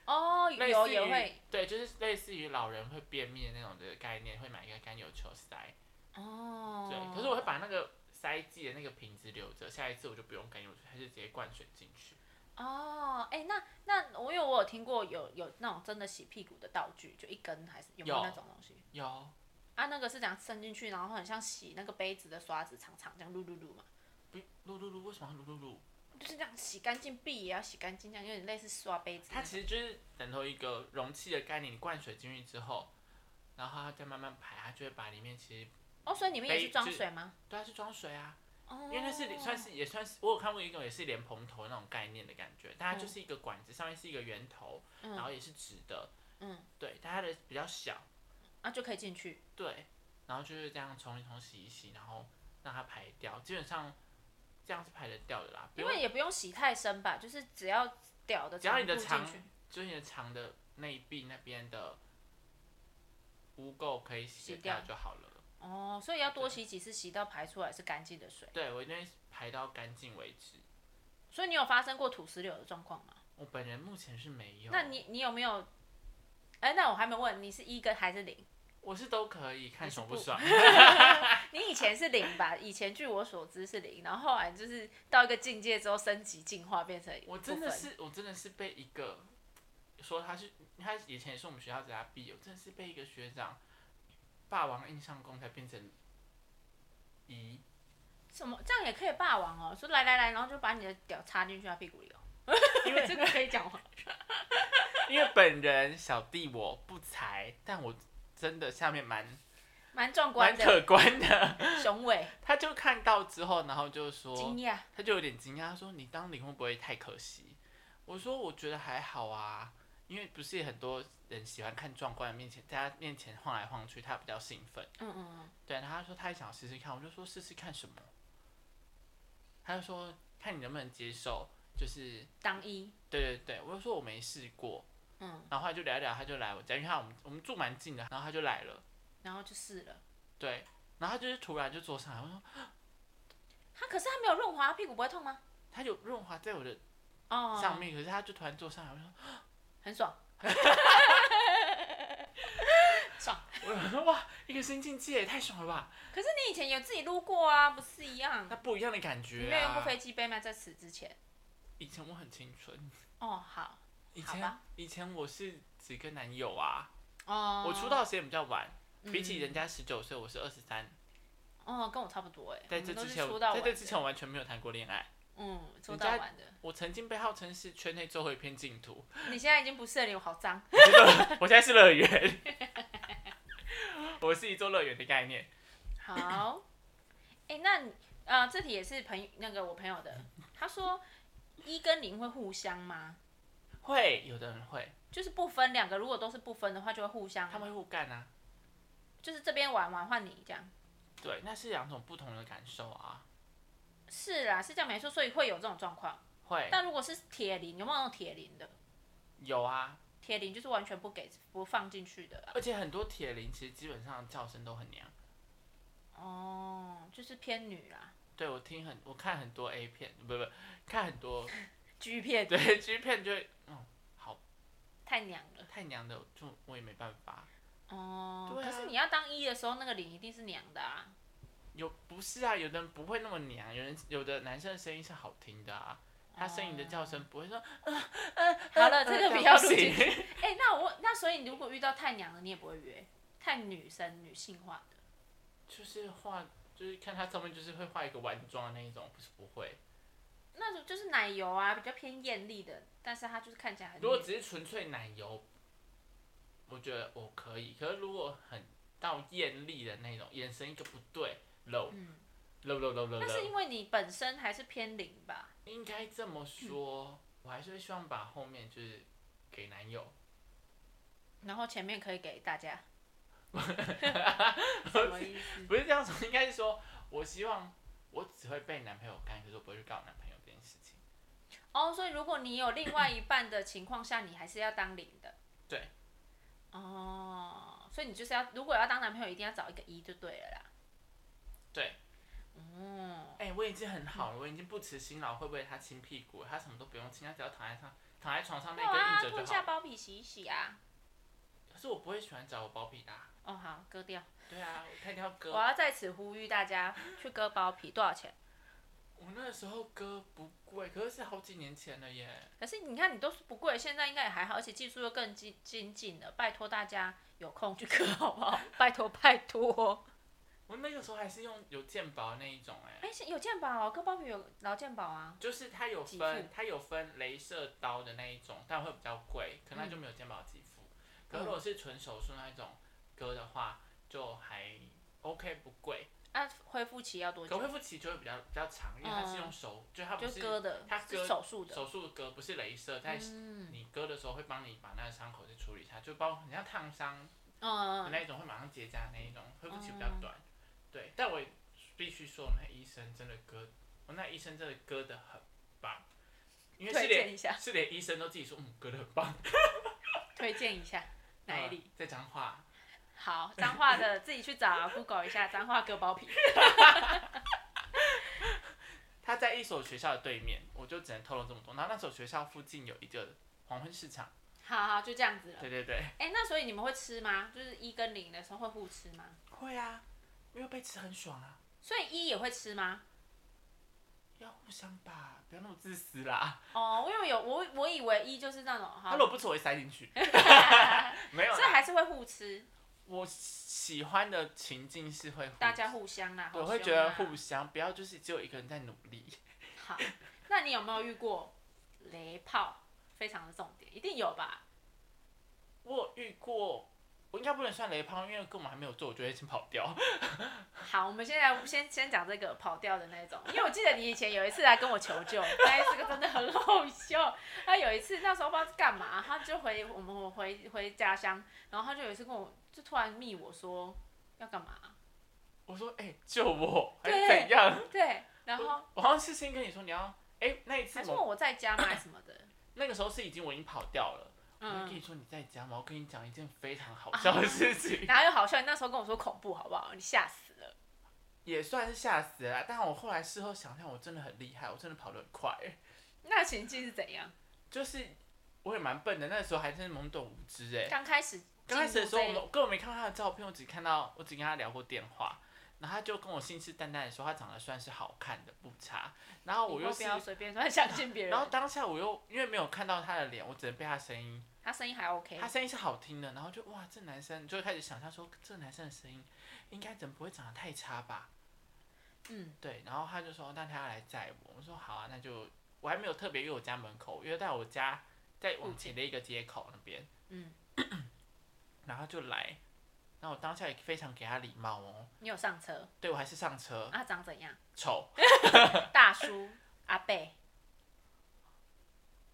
Speaker 1: 哦，
Speaker 2: 类似
Speaker 1: 有
Speaker 2: 于
Speaker 1: 也会，
Speaker 2: 对，就是类似于老人会便秘的那种的概念，会买一个橄榄球塞。
Speaker 1: 哦，
Speaker 2: 对，可是我会把那个塞剂的那个瓶子留着，下一次我就不用干用水，它就直接灌水进去。
Speaker 1: 哦，哎、那那我因为我有听过有有那种真的洗屁股的道具，就一根还是有没有
Speaker 2: 有
Speaker 1: 那种东西
Speaker 2: 有，
Speaker 1: 啊？那个是怎样伸进去，然后很像洗那个杯子的刷子，长长这样噜噜噜嘛，
Speaker 2: 不，噜噜噜，为什么要噜噜噜？
Speaker 1: 就是这样洗干净，壁也要洗干净，这样有点类似刷杯子那
Speaker 2: 它
Speaker 1: 种。
Speaker 2: 其实就是等同一个容器的概念，你灌水进去之后，然后它再慢慢排，它就会把里面其实
Speaker 1: 哦，所以你们也
Speaker 2: 杯
Speaker 1: 是装
Speaker 2: 就
Speaker 1: 水吗？
Speaker 2: 对啊是装水啊，
Speaker 1: 哦，
Speaker 2: 因为它是算是也算是我有看过一个也是莲蓬头那种概念的感觉，但它就是一个管子，上面是一个圆头，
Speaker 1: 嗯
Speaker 2: 然后也是直的，
Speaker 1: 嗯，
Speaker 2: 对，但它的比较小，
Speaker 1: 啊就可以进去。
Speaker 2: 对，然后就是这样冲一冲洗一洗，然后让它排掉，基本上这样是排得掉的啦，不
Speaker 1: 因
Speaker 2: 用
Speaker 1: 为也不用洗太深吧，就是只要屌的
Speaker 2: 只要
Speaker 1: 长
Speaker 2: 你的
Speaker 1: 度
Speaker 2: 肠
Speaker 1: 进去，
Speaker 2: 就是你的肠的内壁那边的污垢可以洗
Speaker 1: 洗
Speaker 2: 掉
Speaker 1: 掉
Speaker 2: 就好了。
Speaker 1: 哦，所以要多洗几次，洗到排出来是干净的水。
Speaker 2: 对我一定会排到干净为止。
Speaker 1: 所以你有发生过土石流的状况吗？
Speaker 2: 我本人目前是没有，
Speaker 1: 那你你有没有？哎、那我还没问，你是一跟还是零？
Speaker 2: 我是都可以看爽不爽，
Speaker 1: 你以前是 零吧？以前据我所知是零，然后后来就是到一个境界之后升级进化变成
Speaker 2: 我真的是我真的是被一个说他是他以前也是我们学校的阿 B，我真的是被一个学长霸王硬上弓才变成一，
Speaker 1: 什么这样也可以霸王哦？说来来来，然后就把你的屌插进去他屁股里哦。
Speaker 2: 因为
Speaker 1: 这个可以讲吗？
Speaker 2: 因为本人小弟我不才，但我真的下面蛮
Speaker 1: 蛮壮观
Speaker 2: 蛮
Speaker 1: 的，
Speaker 2: 可哦观的。
Speaker 1: 雄伟，
Speaker 2: 他就看到之后，然后就说
Speaker 1: 惊讶。
Speaker 2: 他就有点惊讶，他说：“你当零会不会太可惜？”我说：“我觉得还好啊，因为不是很多人喜欢看壮观的面前，在他面前晃来晃去，他比较兴奋。
Speaker 1: 嗯嗯嗯，”
Speaker 2: 对，然后他说他也想试试看，我就说试试看什么？他就说看你能不能接受，就是
Speaker 1: 当一，
Speaker 2: 对对对，我就说我没试过，
Speaker 1: 嗯，
Speaker 2: 然后后来就聊一聊，他就来我家，因为他我们我们住蛮近的，然后他就来了，
Speaker 1: 然后就试了。
Speaker 2: 对，然后他就是突然就坐上来，我说
Speaker 1: 他可是他没有润滑，他屁股不会痛吗？
Speaker 2: 他有润滑在我的
Speaker 1: 哦，
Speaker 2: 上面，可是他就突然坐上来，我说
Speaker 1: 很 爽。
Speaker 2: 我说 哇，一个新境界也太爽了吧！
Speaker 1: 可是你以前有自己撸过啊，不是一样？
Speaker 2: 那不一样的感
Speaker 1: 你
Speaker 2: 觉
Speaker 1: 没有用过
Speaker 2: 啊！
Speaker 1: 飞机杯吗？在此之前？
Speaker 2: 以前我很清纯，
Speaker 1: 哦，好，
Speaker 2: 以
Speaker 1: 好
Speaker 2: 前
Speaker 1: 吧
Speaker 2: 以前我是只跟男友啊，
Speaker 1: 哦，
Speaker 2: 我出道时间比较晚，比起
Speaker 1: 嗯
Speaker 2: 人家十九岁，我是二十三。
Speaker 1: 哦，跟我差不多哎，
Speaker 2: 在
Speaker 1: 我们
Speaker 2: 这
Speaker 1: 都
Speaker 2: 之
Speaker 1: 是
Speaker 2: 前，
Speaker 1: 出
Speaker 2: 我
Speaker 1: 道
Speaker 2: 在
Speaker 1: 晚的
Speaker 2: 这之前，我完全没有谈过恋爱。
Speaker 1: 嗯，出
Speaker 2: 人
Speaker 1: 道
Speaker 2: 家
Speaker 1: 晚的，
Speaker 2: 我曾经被号称是圈内最后一片净 土，
Speaker 1: 你现在已经不是了，我好脏，
Speaker 2: 我现在是乐园， 我是一座乐园的概念。
Speaker 1: 好，哎，那你呃，这题也是朋友那个我朋友的，他说一跟零会互相吗？
Speaker 2: 会有的人会，
Speaker 1: 就是不分两个，如果都是不分的话，就会互相，
Speaker 2: 他们会互干啊，
Speaker 1: 就是这边玩玩换你这样。
Speaker 2: 对，那是两种不同的感受啊。
Speaker 1: 是啦，是这样没错，所以会有这种状况。
Speaker 2: 会
Speaker 1: 但如果是铁零，有没有那种铁零的？
Speaker 2: 有啊，
Speaker 1: 铁零就是完全不给不放进去的啦。
Speaker 2: 而且很多铁铃其实基本上叫声都很娘。
Speaker 1: 哦，就是偏女啦
Speaker 2: 对我听很，我看很多 A 片，不不，看很多
Speaker 1: ，G 片
Speaker 2: 对 G 片就会，嗯，好
Speaker 1: 太娘了。
Speaker 2: 太娘的，就我也没办法。
Speaker 1: 哦，
Speaker 2: 对啊
Speaker 1: 可是你要当一的时候，那个零一定是娘的啊。
Speaker 2: 有不是啊，有的人不会那么娘，有人有的男生的声音是好听的啊，他声音的叫声不会说，
Speaker 1: 哦 好了，这个
Speaker 2: 呃
Speaker 1: 比较
Speaker 2: 这样
Speaker 1: 录进
Speaker 2: 不
Speaker 1: 去。
Speaker 2: 行
Speaker 1: 哎、那我那所以你如果遇到太娘的，你也不会约，太女生女性化的。
Speaker 2: 就是画，就是看他上面就是会画一个丸妆的那一种，不是不会。
Speaker 1: 那种就是奶油啊，比较偏艳丽的，但是它就是看起来很
Speaker 2: 如果
Speaker 1: 女。
Speaker 2: 只是纯粹奶油，我觉得我可以。可是如果很到艳丽的那种，眼神一个不对，露
Speaker 1: 嗯，
Speaker 2: 露露露露
Speaker 1: 那是
Speaker 2: 露，
Speaker 1: 因为你本身还是偏零吧？
Speaker 2: 应该这么说，我还是会希望把后面就是给男友，
Speaker 1: 然后前面可以给大家。 什么意思？
Speaker 2: 不是这样说，应该是说我希望我只会被男朋友干，可是我不会去告男朋友这件事情。
Speaker 1: 哦，所以如果你有另外一半的情况下，你还是要当零的。
Speaker 2: 对。
Speaker 1: 哦，所以你就是要，如果要当男朋友，一定要找一个一就对了啦。
Speaker 2: 对，
Speaker 1: 嗯，
Speaker 2: 哎、我已经很好了，我已经不辞辛劳，会不会他亲屁股？他什么都不用亲，他只要躺在上，躺在床上那
Speaker 1: 没有啊，
Speaker 2: 个硬
Speaker 1: 脱
Speaker 2: 着就
Speaker 1: 下
Speaker 2: 好。
Speaker 1: 包皮洗一洗啊。
Speaker 2: 可是我不会喜欢找我包皮的啊、
Speaker 1: 哦，好，割掉。
Speaker 2: 对啊，他一定要割
Speaker 1: 我。要在此呼吁大家去割包皮，多少钱？
Speaker 2: 我那时候割不贵，可是是好几年前了耶。
Speaker 1: 可是你看，你都是不贵，现在应该也还好，而且技术又更精精进了。拜托大家有空去割好不好？ 拜托拜托。
Speaker 2: 我那个时候还是用有健保那一种哎、
Speaker 1: 哎、是有健保、哦，割包皮有劳健保啊。
Speaker 2: 就是它有
Speaker 1: 给
Speaker 2: 分
Speaker 1: 付，
Speaker 2: 它有分镭射刀的那一种，但会比较贵，可能它就
Speaker 1: 嗯
Speaker 2: 没有健保给付。可是如果是纯手术那一种割的话，就还 OK 不贵，
Speaker 1: 啊，恢复期要多
Speaker 2: 可
Speaker 1: 久
Speaker 2: 恢？复期就会比较比较长，因为它是用手，就它不
Speaker 1: 嗯就是割的，
Speaker 2: 它
Speaker 1: 是
Speaker 2: 割
Speaker 1: 手术的。
Speaker 2: 手术割，不是镭射，在
Speaker 1: 嗯
Speaker 2: 你割的时候会帮你把那个伤口再处理一下，就包括很像烫伤的
Speaker 1: 嗯，哦
Speaker 2: 那一种，会马上结痂那一种，恢复期比较短。对，但我也必须说，那医生真的割，我那医生真的割的很棒，因为是
Speaker 1: 推
Speaker 2: 连
Speaker 1: 荐一下，
Speaker 2: 是连医生都自己说，嗯，割的很棒。
Speaker 1: 推荐一 下哪里？
Speaker 2: 呃？在彰化。
Speaker 1: 好，脏话的自己去找 Google 一下脏话割包皮。
Speaker 2: 他在一所学校的对面，我就只能透露这么多。然后那所学校附近有一个黄昏市场，
Speaker 1: 好好，就这样子了。
Speaker 2: 对对对，
Speaker 1: 哎、那所以你们会吃吗？就是一跟零的时候会互吃吗？
Speaker 2: 会啊，因为被吃很爽啊，
Speaker 1: 所以一也会吃吗？
Speaker 2: 要互相吧，不要那么自私啦。
Speaker 1: 哦，因为有我我以为一就是那种
Speaker 2: 他
Speaker 1: 哈，
Speaker 2: 如果不吃，我会塞进 去。没有
Speaker 1: 所以
Speaker 2: 啦，
Speaker 1: 还是会互吃，
Speaker 2: 我喜欢的情境是会互
Speaker 1: 大家互相啦。
Speaker 2: 我
Speaker 1: 好
Speaker 2: 会
Speaker 1: 凶
Speaker 2: 觉得
Speaker 1: 啊
Speaker 2: 互相，不要就是只有一个人在努力。
Speaker 1: 好。那你有没有遇过雷炮？非常的重点，一定有吧？
Speaker 2: 我有遇过，我应该不能算雷炮，因为根本还没有做，我就会先跑掉。
Speaker 1: 好，我们现在先先讲这个跑调的那种，因为我记得你以前有一次来跟我求 救，那一次这个真的很好笑。他有一次那时候不知道是干嘛，他就回我们我回回家乡，然后他就有一次跟我就突然密我说要干嘛，
Speaker 2: 我说，哎、救我，还是
Speaker 1: 对
Speaker 2: 怎样？
Speaker 1: 对，然后
Speaker 2: 我好像是先跟你说你要，哎、那一次
Speaker 1: 还是问
Speaker 2: 我
Speaker 1: 我在家吗还是什么的，
Speaker 2: 那个时候是已经我已经跑掉了，我还跟你
Speaker 1: 嗯，
Speaker 2: 说你在家吗？我跟你讲一件非常好笑的事 情，
Speaker 1: 然后又好笑，你那时候跟我说恐怖好不好？你吓死了，
Speaker 2: 也算是吓死了啦。但我后来事后想想，我真的很厉害，我真的跑得很快、
Speaker 1: 那情境是怎样？
Speaker 2: 就是我也蛮笨的，那时候还真是懵懂无知哎、
Speaker 1: 刚开始
Speaker 2: 刚开始的时候，我
Speaker 1: 进入
Speaker 2: 们根本没看到他的照片，我只看到我只跟他聊过电话，然后他就跟我信誓旦旦的说他长得算是好看的，不差。然后
Speaker 1: 这
Speaker 2: 啊
Speaker 1: 一
Speaker 2: 我
Speaker 1: 以
Speaker 2: 又
Speaker 1: 后
Speaker 2: 是
Speaker 1: 不，要随便乱相信别人
Speaker 2: 然，后当下我又因为没有看到他的脸，我只能被他声音
Speaker 1: 他声音还 OK，
Speaker 2: 他声音是好听的，然后就哇，这男生就开始想象说，这男生的声音应该怎么不会长得太差吧？
Speaker 1: 嗯，
Speaker 2: 对，然后他就说，那他要来载我，我说好啊，那就我还没有特别约我家门口，约在我家再往前的一个街口那边，
Speaker 1: 嗯，
Speaker 2: 然后就来，那我当下也非常给他礼貌哦，
Speaker 1: 你有上车，
Speaker 2: 对我还是上车，
Speaker 1: 啊长怎样？
Speaker 2: 丑，
Speaker 1: 大叔、阿贝，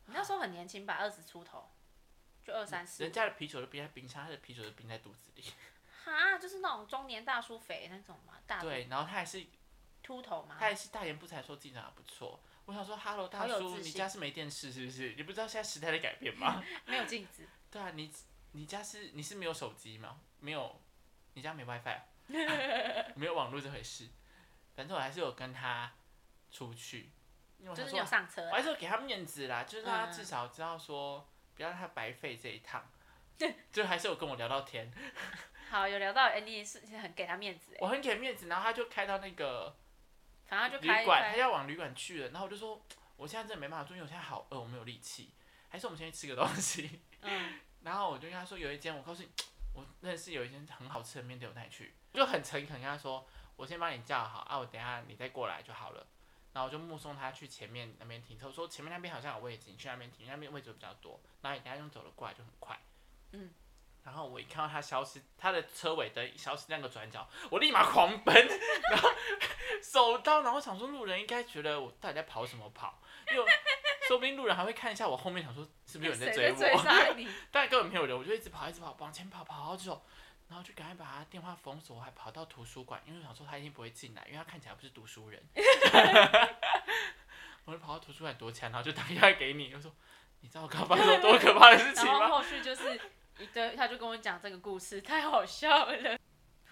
Speaker 1: 你那时候很年轻吧，二十出头，就二三十
Speaker 2: 人。家的啤酒都冰在冰箱，他的啤酒都冰在肚子里，
Speaker 1: 哈，就是那种中年大叔肥那种嘛，大啊
Speaker 2: 对，然后他还是
Speaker 1: 秃头嘛
Speaker 2: 他。还是大言不惭说自己长得不错。我想说，Hello 大
Speaker 1: 好有
Speaker 2: 叔，
Speaker 1: 自
Speaker 2: 你
Speaker 1: 信
Speaker 2: 家是没电视是不是？你不知道现在时代的改变吗？
Speaker 1: 没有镜子，
Speaker 2: 对啊，你你家是你是没有手机吗？没有，你家没 WiFi，、啊、 没有网络这回事。反正我还是有跟他出去，因为我
Speaker 1: 就
Speaker 2: 想
Speaker 1: 是你有
Speaker 2: 说，
Speaker 1: 上车
Speaker 2: 我
Speaker 1: 啦，
Speaker 2: 还是有给他面子啦，就是让他
Speaker 1: 嗯
Speaker 2: 至少知道说，不要让他白费这一 趟。就还是有跟我聊到天，
Speaker 1: 好有聊到，哎、你也是很给他面子哎，
Speaker 2: 我很给面子，然后他就开到那个
Speaker 1: 反正他就
Speaker 2: 旅
Speaker 1: 开
Speaker 2: 馆，他
Speaker 1: 开
Speaker 2: 要往旅馆去了，然后我就说，我现在真的没办法住，因为我现在好饿，我没有力气，还是我们先去吃个东西。
Speaker 1: 嗯，
Speaker 2: 然后我就跟他说有一间，我告诉你，我认识有一间很好吃的面店，我带你去。我就很诚恳跟他说，我先帮你叫好啊，我等一下你再过来就好了。然后我就目送他去前面那边停车，我说前面那边好像有位置，你去那边停，那边位置比较多。然后你等一下用走的过来就很快。
Speaker 1: 嗯。
Speaker 2: 然后我一看到他消失，他的车尾灯消失那个转角，我立马狂奔， 然后手刀，然后我想说路人应该觉得我到底在跑什么跑，因为我说不定路人还会看一下我后面，想说是不是有人
Speaker 1: 谁
Speaker 2: 追
Speaker 1: 追
Speaker 2: 我。
Speaker 1: 上你？
Speaker 2: 但根本没有人，我就一直跑，一直跑，往前跑，跑好久，然后就赶快把他电话封锁，我还跑到图书馆，因为我想说他一定不会进来，因为他看起来不是读书人。我就跑到图书馆躲起来，然后就打电话给你，我说你知道我刚发生了多可怕 的事情
Speaker 1: 然后
Speaker 2: 吗？
Speaker 1: 后续就是一堆，他就跟我讲这个故事，太好 笑了。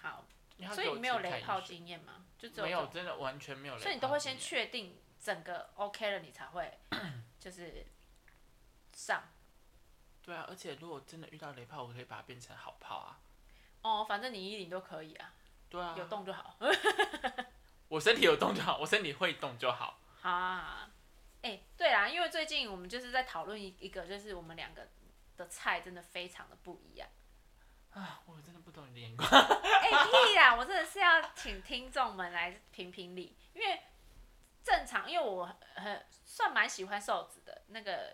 Speaker 1: 好，
Speaker 2: 因为他
Speaker 1: 所
Speaker 2: 给
Speaker 1: 以
Speaker 2: 我
Speaker 1: 你没有
Speaker 2: 自己看
Speaker 1: 雷
Speaker 2: 饮
Speaker 1: 炮
Speaker 2: 水
Speaker 1: 经验吗？就只有
Speaker 2: 没有，
Speaker 1: 这
Speaker 2: 真的完全没有雷炮。
Speaker 1: 种，所以你都会先。确定整个 OK 了，你才会就是 上。
Speaker 2: 对啊，而且如果真的遇到雷炮，我可以把它变成好炮啊。
Speaker 1: 哦，反正你一零都可以啊，
Speaker 2: 对啊，
Speaker 1: 有动就好。
Speaker 2: 我身体有动就好，我身体会动就好。
Speaker 1: 好啊，好啊哎、对啦，因为最近我们就是在讨论一一个，就是我们两个的菜真的非常的不一样。
Speaker 2: 啊，我真的不懂你的眼光。
Speaker 1: 哎、屁啦！我真的是要请听众们来评评理，因为正常，因为我很算蛮喜欢瘦子的那个。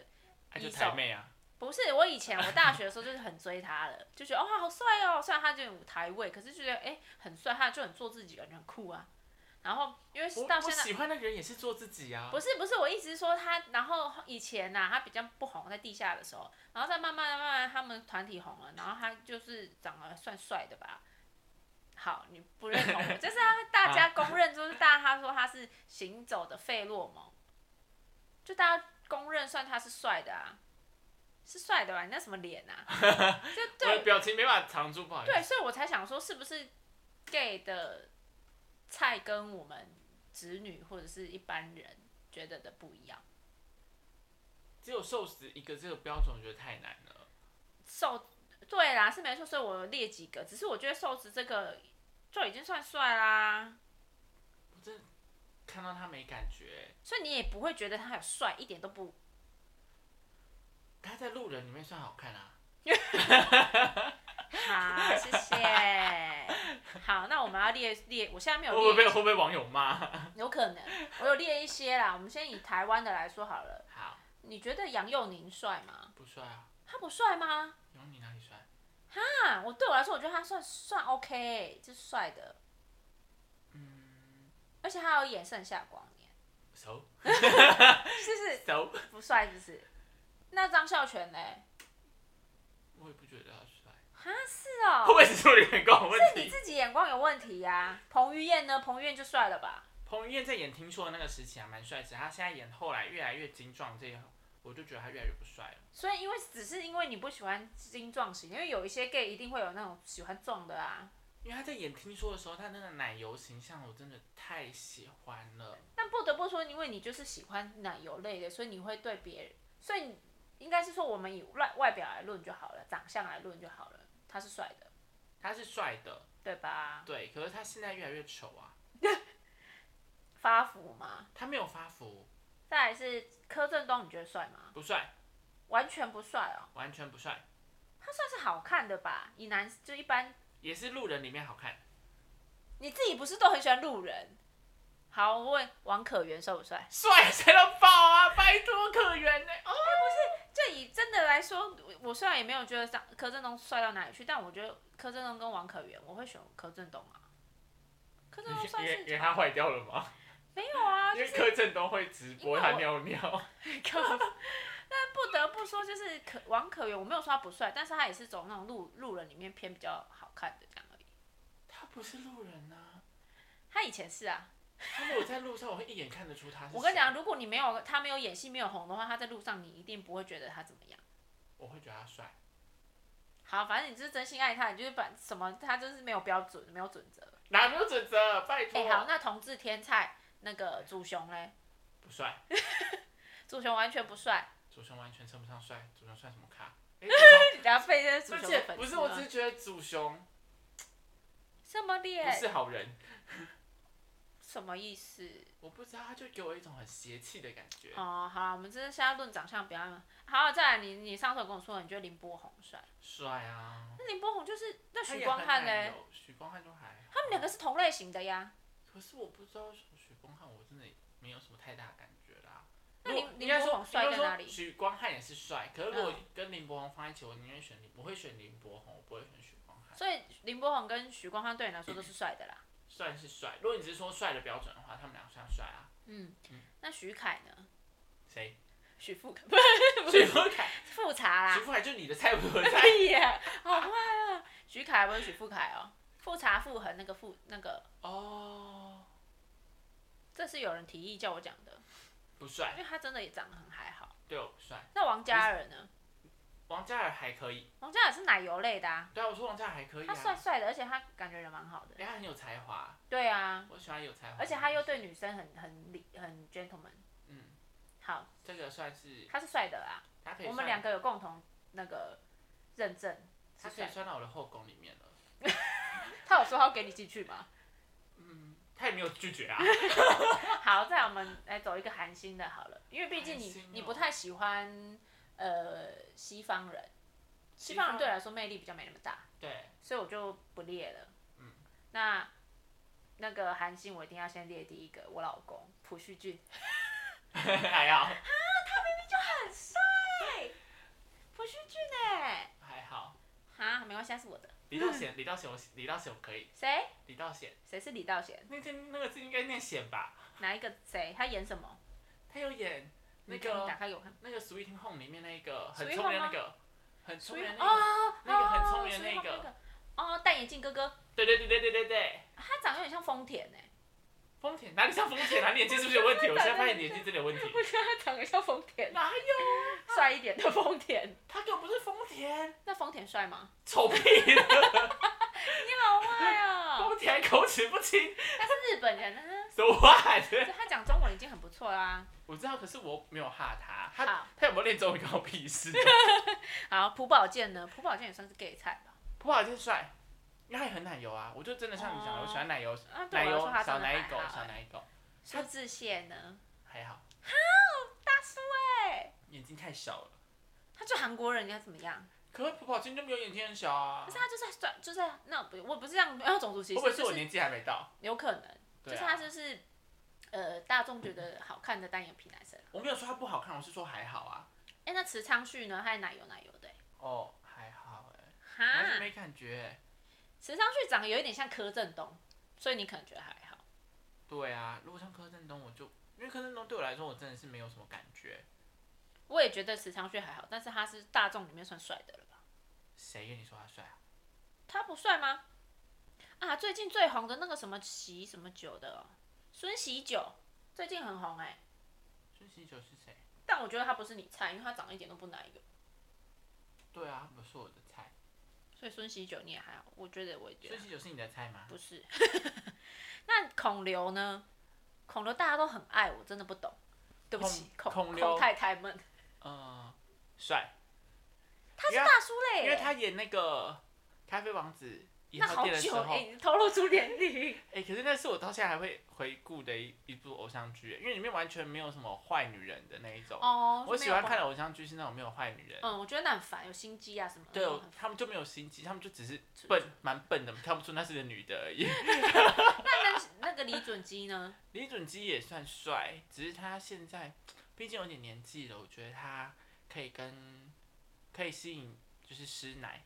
Speaker 2: 啊，就
Speaker 1: 一手
Speaker 2: 台妹啊，
Speaker 1: 不是，我以前我大学的时候就是很追他的，就觉得哦好帅哦，虽然他就有舞台味，可是觉得哎、很帅，他就很做自己，感觉很酷啊。然后因为
Speaker 2: 我
Speaker 1: 到
Speaker 2: 我
Speaker 1: 现在
Speaker 2: 喜欢的人也是做自己啊。
Speaker 1: 不是不是，我一直说他，然后以前啊呐、他比较不红，在地下的时候，然后再慢慢慢慢他们团体红了，然后他就是长得算帅的吧。好，你不认同我，就是他大家公认，就是大家说他是行走的费洛蒙，就大家公认算他是帅的啊，是帅的吧？你那什么脸啊？就
Speaker 2: 我
Speaker 1: 对
Speaker 2: 的表情没办法藏住，不好意思。
Speaker 1: 对，所以我才想说，是不是 gay 的菜跟我们直女或者是一般人觉得的不一样？
Speaker 2: 只有瘦死一个这个标准，我觉得太难了。
Speaker 1: 瘦，对啦，是没错，所以我有列几个，只是我觉得瘦子这个就已经算帅啦，
Speaker 2: 我真的看到他没感觉。
Speaker 1: 所以你也不会觉得他有帅，一点都不。
Speaker 2: 他在路人里面算好看啊。
Speaker 1: 好，谢谢。好，那我们要列列，我现在没
Speaker 2: 会
Speaker 1: 有
Speaker 2: 不会
Speaker 1: 列
Speaker 2: 被会不会网友骂？
Speaker 1: 有可能我有列一些啦。我们先以台湾的来说好了。
Speaker 2: 好，
Speaker 1: 你觉得杨佑宁帅吗？
Speaker 2: 不帅啊。
Speaker 1: 他不帅吗？
Speaker 2: 有你哪里帅？
Speaker 1: 啊，我对我来说，我觉得他算算 OK，欸就是帅的，
Speaker 2: 嗯，
Speaker 1: 而且他有演《盛夏光年
Speaker 2: 熟》，
Speaker 1: 就是
Speaker 2: 熟。
Speaker 1: 不帅，就是。那张孝全嘞？
Speaker 2: 我也不觉得他帅。
Speaker 1: 啊，
Speaker 2: 会
Speaker 1: 是
Speaker 2: 不
Speaker 1: 哦，
Speaker 2: 会只是我的眼光有问
Speaker 1: 你
Speaker 2: 题？
Speaker 1: 自己眼光有问题呀、彭于晏呢？彭于晏就帅了吧？
Speaker 2: 彭于晏在演《听说》的那个时期还啊蛮帅，只是他现在演后来越来越精壮这一行，我就觉得他越来越不帅了。
Speaker 1: 所以因为只是因为你不喜欢精壮型，因为有一些 gay 一定会有那种喜欢壮的啊。
Speaker 2: 因为他在演《听说》的时候，他那个奶油形象我真的太喜欢了。
Speaker 1: 但不得不说，因为你就是喜欢奶油类的，所以你会对别人，所以你应该是说我们以外外表来论就好了，长相来论就好了，他是帅的，
Speaker 2: 他是帅的，
Speaker 1: 对吧？
Speaker 2: 对，可是他现在越来越丑啊。
Speaker 1: 发福嘛。
Speaker 2: 他没有发福，
Speaker 1: 再来是柯震东，你觉得帅吗？
Speaker 2: 不帅，
Speaker 1: 完全不帅哦，
Speaker 2: 完全不帅，
Speaker 1: 他算是好看的吧？以男就一般，
Speaker 2: 也是路人里面好看。
Speaker 1: 你自己不是都很喜欢路人？好，我问王可元帅不帅？
Speaker 2: 帅帅到爆啊！拜托可圆呢、哦，
Speaker 1: 就以真的来说，我我虽然也没有觉得张柯震东帅到哪里去，但我觉得柯震东跟王可元，我会选柯震东啊。柯震东哦算是
Speaker 2: 坏掉了吗？
Speaker 1: 没 有啊，就是
Speaker 2: 柯震东会直
Speaker 1: 播他
Speaker 2: 尿尿。
Speaker 1: 但不得不说，就是可王可元，我没有说他不帅，但是他也是走那种路路人里面偏比较好看的这样而已。
Speaker 2: 他不是路人啊！
Speaker 1: 他以前是啊，
Speaker 2: 他如果在路上，我会一眼看得出他是。
Speaker 1: 我跟你讲，，如果你没有他没有演戏没有红的话，他在路上你一定不会觉得他怎么样。
Speaker 2: 我会觉得他帅。
Speaker 1: 好，反正你就是真心爱他，你就是把什么他就是没有标准，没有准则。
Speaker 2: 哪没有准则？拜
Speaker 1: 哎、好，那同志天菜那个祖雄嘞，
Speaker 2: 不帅，
Speaker 1: 祖雄完全不帅，
Speaker 2: 祖雄完全称不上帅，祖雄算什么咖？ 哎、祖
Speaker 1: 然后被这些祖
Speaker 2: 雄，而
Speaker 1: 雄的
Speaker 2: 且
Speaker 1: 粉丝
Speaker 2: 不
Speaker 1: 吗。
Speaker 2: 是，我只是觉得祖雄
Speaker 1: 什么
Speaker 2: 不
Speaker 1: 脸？
Speaker 2: 是好人。
Speaker 1: 什么意思？
Speaker 2: 我不知道，他就给我一种很邪气的感觉。
Speaker 1: 哦，好啦，我们这是现在论长相，不要。好，再来，你你上次有跟我说，你觉得林柏宏帅，
Speaker 2: 帅啊！
Speaker 1: 那林柏宏就是那
Speaker 2: 他
Speaker 1: 许
Speaker 2: 也
Speaker 1: 光
Speaker 2: 很哦
Speaker 1: 汉
Speaker 2: 奶
Speaker 1: 嘞，
Speaker 2: 油？许光汉就还好。
Speaker 1: 他们两个是同类型的呀。
Speaker 2: 可是我不知道许光汉，我真的没有什么太大的感觉啦。
Speaker 1: 那林
Speaker 2: 如果应该
Speaker 1: 林柏
Speaker 2: 说
Speaker 1: 宏帅在哪里
Speaker 2: 应该说许光汉也是帅，可是如果
Speaker 1: 嗯
Speaker 2: 跟林柏宏放在一起，我宁愿选林，我会选林柏宏，我不会选许光汉。
Speaker 1: 所以林柏宏跟许光汉对你来说都是帅的啦。
Speaker 2: 算是帅，如果你只是说帅的标准的话，他们俩算帅啊。
Speaker 1: 嗯
Speaker 2: 嗯，
Speaker 1: 那许凯呢？
Speaker 2: 谁？
Speaker 1: 许富
Speaker 2: 许富凯，
Speaker 1: 富察
Speaker 2: 许
Speaker 1: 啦，
Speaker 2: 富凯就是你的菜，我的菜。
Speaker 1: 对呀，好坏啊！许凯不是许富凯哦，富察傅恒那个傅那个，
Speaker 2: 哦，
Speaker 1: 这是有人提议叫我讲的，
Speaker 2: 不
Speaker 1: 因
Speaker 2: 帅，
Speaker 1: 为他真的也长得很还好。
Speaker 2: 对我不帅。
Speaker 1: 那王嘉尔呢？
Speaker 2: 王嘉尔还可以，
Speaker 1: 王嘉尔是奶油类的啊，
Speaker 2: 对啊，我说王嘉尔还可以
Speaker 1: 他帅
Speaker 2: 啊，
Speaker 1: 帅的，而且他感觉人蛮好的。
Speaker 2: 哎，他很有才华，
Speaker 1: 对啊，
Speaker 2: 我喜欢有才华，
Speaker 1: 而且他又对，女生很很礼很 gentleman。
Speaker 2: 嗯，
Speaker 1: 好，
Speaker 2: 这个算是
Speaker 1: 他是帅的啦，
Speaker 2: 他可以，啊
Speaker 1: 我们两，个有共同那个认证。
Speaker 2: 他
Speaker 1: 是
Speaker 2: 可以
Speaker 1: 帅的
Speaker 2: 算到我的后宫里面了，
Speaker 1: 他有说他要给你进去吗？
Speaker 2: 嗯，他也没有拒绝啊，
Speaker 1: 好，再来我们来走一个韩星的好了，因为毕竟
Speaker 2: 韩
Speaker 1: 你、
Speaker 2: 星哦
Speaker 1: 你不太喜欢呃西方人， 西
Speaker 2: 西
Speaker 1: 方
Speaker 2: 方
Speaker 1: 人对我来说魅力比较没那么大，
Speaker 2: 对，
Speaker 1: 所以我就不列了。
Speaker 2: 嗯，
Speaker 1: 那那个韩星我一定要先列第一个，我老公朴叙俊，
Speaker 2: 还好，
Speaker 1: 很帅，朴叙俊哎，
Speaker 2: 还好，
Speaker 1: 哈，没关系，他是我的，
Speaker 2: 李道
Speaker 1: 嗯
Speaker 2: 贤，李道贤，我喜李道贤我可以，
Speaker 1: 谁
Speaker 2: 李道贤，
Speaker 1: 谁是李道贤？
Speaker 2: 那天那个字应该念贤吧？
Speaker 1: 哪一个谁？他演什么？
Speaker 2: 他有演那
Speaker 1: 你打
Speaker 2: 个
Speaker 1: 开给我看。
Speaker 2: 那个《Sweet Home》里面那个很
Speaker 1: Sweet
Speaker 2: 聪明的
Speaker 1: Home
Speaker 2: 那个，很聪明的那个，
Speaker 1: 哦，
Speaker 2: 那个很聪
Speaker 1: 哦
Speaker 2: 明的
Speaker 1: 所以
Speaker 2: 那
Speaker 1: 他
Speaker 2: 个
Speaker 1: 哦，戴眼镜哥哥，
Speaker 2: 对对对对对对对。
Speaker 1: 他长得有点像丰田哎、
Speaker 2: 丰田哪里像丰田？啊哪里年纪是不是有问题？ 我现在发现年纪真的有 问题。
Speaker 1: 我觉得他长得像丰 田，
Speaker 2: 哪有？
Speaker 1: 帅一点的丰田。
Speaker 2: 他根本不是丰田，
Speaker 1: 那丰田帅吗？
Speaker 2: 丑屁的！
Speaker 1: 你好坏 哦！
Speaker 2: 丰田还口齿不清
Speaker 1: 他是日本人啊，
Speaker 2: ，so what？
Speaker 1: 他讲中文已经很不错啦。
Speaker 2: 我知道，可是我没有哈他，他
Speaker 1: 好
Speaker 2: 他有没有练中文关我屁 事？
Speaker 1: 好，朴宝剑呢？朴宝剑也算是 gay 菜吧？
Speaker 2: 普瓦真帅，因为他也很奶油啊。我就真的像你讲的，我喜欢奶油，
Speaker 1: 啊，对
Speaker 2: 奶
Speaker 1: 我来
Speaker 2: 油
Speaker 1: 说他
Speaker 2: 小
Speaker 1: 长得
Speaker 2: 奶
Speaker 1: 还
Speaker 2: 狗，
Speaker 1: 好
Speaker 2: 小
Speaker 1: 欸。
Speaker 2: 奶狗
Speaker 1: 苏志燮呢？
Speaker 2: 还好，
Speaker 1: 大叔哎，
Speaker 2: 眼睛太小了。
Speaker 1: 他就韩国人，你要怎么样？
Speaker 2: 可是普宝金就没有眼睛很小啊
Speaker 1: 可是。他就是转，就是那种我不是这样要种族歧
Speaker 2: 会不会
Speaker 1: 视，
Speaker 2: 是
Speaker 1: 就
Speaker 2: 我
Speaker 1: 是
Speaker 2: 年纪还没到？
Speaker 1: 有可能，就
Speaker 2: 对
Speaker 1: 是
Speaker 2: 啊
Speaker 1: 他，就是呃大众觉得好看的单眼皮男生。
Speaker 2: 我没有说他不好看，我是说还好啊。
Speaker 1: 哎，那池昌旭呢？他也奶油奶油的欸，
Speaker 2: 哦，还好哎，完
Speaker 1: 哈
Speaker 2: 全。没感觉欸。
Speaker 1: 池昌旭长得有一点像柯震东，所以你可能觉得还好。
Speaker 2: 对啊，如果像柯震东，我就因为柯震东对我来说，我真的是没有什么感觉。
Speaker 1: 我也觉得池昌旭还好，但是他是大众里面算帅的了吧？
Speaker 2: 谁跟你说他帅啊？
Speaker 1: 他不帅吗？啊，最近最红的那个什么喜什么酒的、哦，孙喜酒最近很红哎、
Speaker 2: 孙喜九是谁？
Speaker 1: 但我觉得他不是你菜，因为他长得一点都不奶油，
Speaker 2: 对啊，他不是我的菜。
Speaker 1: 所以孙喜酒你也还好，我觉得我也觉
Speaker 2: 孙
Speaker 1: 得
Speaker 2: 喜九是你的菜吗？
Speaker 1: 不是。 那孔刘呢？孔刘大家都很爱，我真的不懂。对不起，
Speaker 2: 孔
Speaker 1: 孔
Speaker 2: 孔刘
Speaker 1: 太太们，
Speaker 2: 嗯、帅，
Speaker 1: 他是
Speaker 2: 因为
Speaker 1: 大叔类
Speaker 2: 因为
Speaker 1: 耶，
Speaker 2: 他演那个《咖啡王子》一
Speaker 1: 那
Speaker 2: 号
Speaker 1: 好
Speaker 2: 店的时
Speaker 1: 久
Speaker 2: 候，
Speaker 1: 哎、
Speaker 2: 哎、
Speaker 1: 你透露出年龄。
Speaker 2: 可是那是我到现在还会回顾的一一部偶像剧，因为里面完全没有什么坏女人的那一种。
Speaker 1: 哦，
Speaker 2: 我
Speaker 1: 是
Speaker 2: 喜
Speaker 1: 没有
Speaker 2: 欢
Speaker 1: 关
Speaker 2: 看的偶像剧是那种没有坏女人。
Speaker 1: 嗯，我觉得那很烦，有心机啊什么的。
Speaker 2: 对
Speaker 1: 那种很，烦
Speaker 2: 他们就没有心机，他们就只是笨，蛮笨的，看不出那是个女的而已。
Speaker 1: 那那那个李准基呢？
Speaker 2: 李准基也算帅，只是他现在毕竟有点年纪了，我觉得他可以跟可以吸引就是师奶，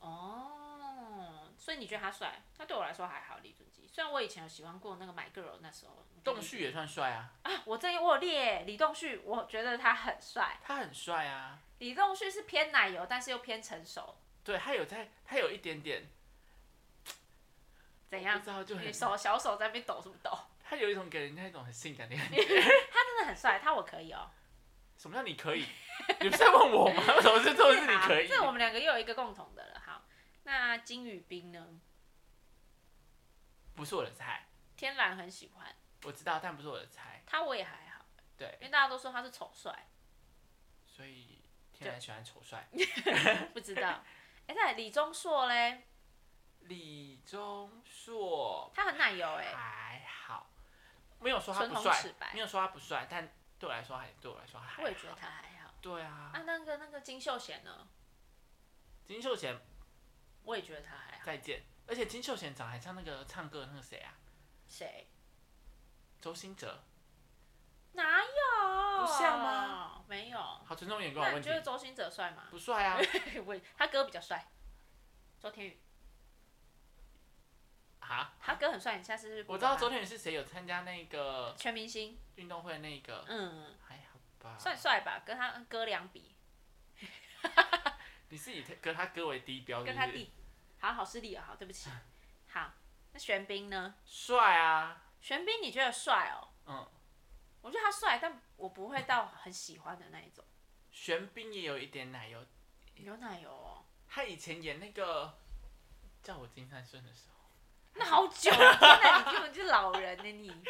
Speaker 1: 哦，所以你觉得他帅？他对我来说还好，李准基。虽然我以前有喜欢过那个 My Girl，那时候
Speaker 2: 栋旭也算帅啊，
Speaker 1: 啊，我这我有列李栋旭，我觉得他很帅。
Speaker 2: 他很帅啊，
Speaker 1: 李栋旭是偏奶油，但是又偏成熟，
Speaker 2: 对他有在，他有一点点
Speaker 1: 怎样
Speaker 2: 不？知道哦就很
Speaker 1: 你，手小手在那边抖 什么抖？
Speaker 2: 他有一种给人家一种很性感的感觉。
Speaker 1: 他真的很帅，他我可以哦。
Speaker 2: 什么叫你可以？你不是在问我吗？ 为什么是都是你可以？
Speaker 1: 啊这我们两个又有一个共同的了。好，那金宇彬呢？
Speaker 2: 不是我的菜，
Speaker 1: 天然很喜欢
Speaker 2: 我知道，但不是我的菜，
Speaker 1: 他，我也还好，
Speaker 2: 对
Speaker 1: 因，为大家都说他是丑帅。
Speaker 2: 所以天然喜欢丑帅。
Speaker 1: 不 知道。哎、那李钟硕嘞，
Speaker 2: 李钟硕
Speaker 1: 他很奶油哎、
Speaker 2: 还好，没有说他不
Speaker 1: 唇红
Speaker 2: 帅
Speaker 1: 齿白，
Speaker 2: 没有说他不帅，但对我来说还对我来说还好。
Speaker 1: 我也觉得他还好。
Speaker 2: 对啊，
Speaker 1: 啊，那个那个金秀贤呢，
Speaker 2: 金秀贤
Speaker 1: 我也觉得他还好。
Speaker 2: 再见，而且金秀贤长得还像那个唱歌的那个谁啊，
Speaker 1: 谁？
Speaker 2: 周兴哲，
Speaker 1: 哪有？
Speaker 2: 不像吗？
Speaker 1: 没有。
Speaker 2: 好尊重眼光有
Speaker 1: 那你
Speaker 2: 问题
Speaker 1: 觉，得周星哲帅吗？
Speaker 2: 不帅 啊
Speaker 1: 我也他哥比较帅，周天宇，
Speaker 2: 啊！
Speaker 1: 他哥很帅。你下次去 Google
Speaker 2: 我知道
Speaker 1: 他
Speaker 2: 昨天是谁有参加那个
Speaker 1: 全明星，
Speaker 2: 运动会那个，
Speaker 1: 嗯，
Speaker 2: 还好吧，
Speaker 1: 算帅吧，跟他哥俩比，
Speaker 2: 你是以跟他哥为低标，
Speaker 1: 跟
Speaker 2: 是
Speaker 1: 他
Speaker 2: 不是？
Speaker 1: 弟，好好势利哦，好，对不起，好，那玄彬呢？
Speaker 2: 帅啊，
Speaker 1: 玄彬你觉得帅哦？
Speaker 2: 嗯，
Speaker 1: 我觉得他帅，但我不会到很喜欢的那一种。
Speaker 2: 玄彬也有一点奶油。
Speaker 1: 有奶油哦，
Speaker 2: 他以前演那个叫我金三顺的时候，
Speaker 1: 那好久了，天哪，你根本就是老人呢你。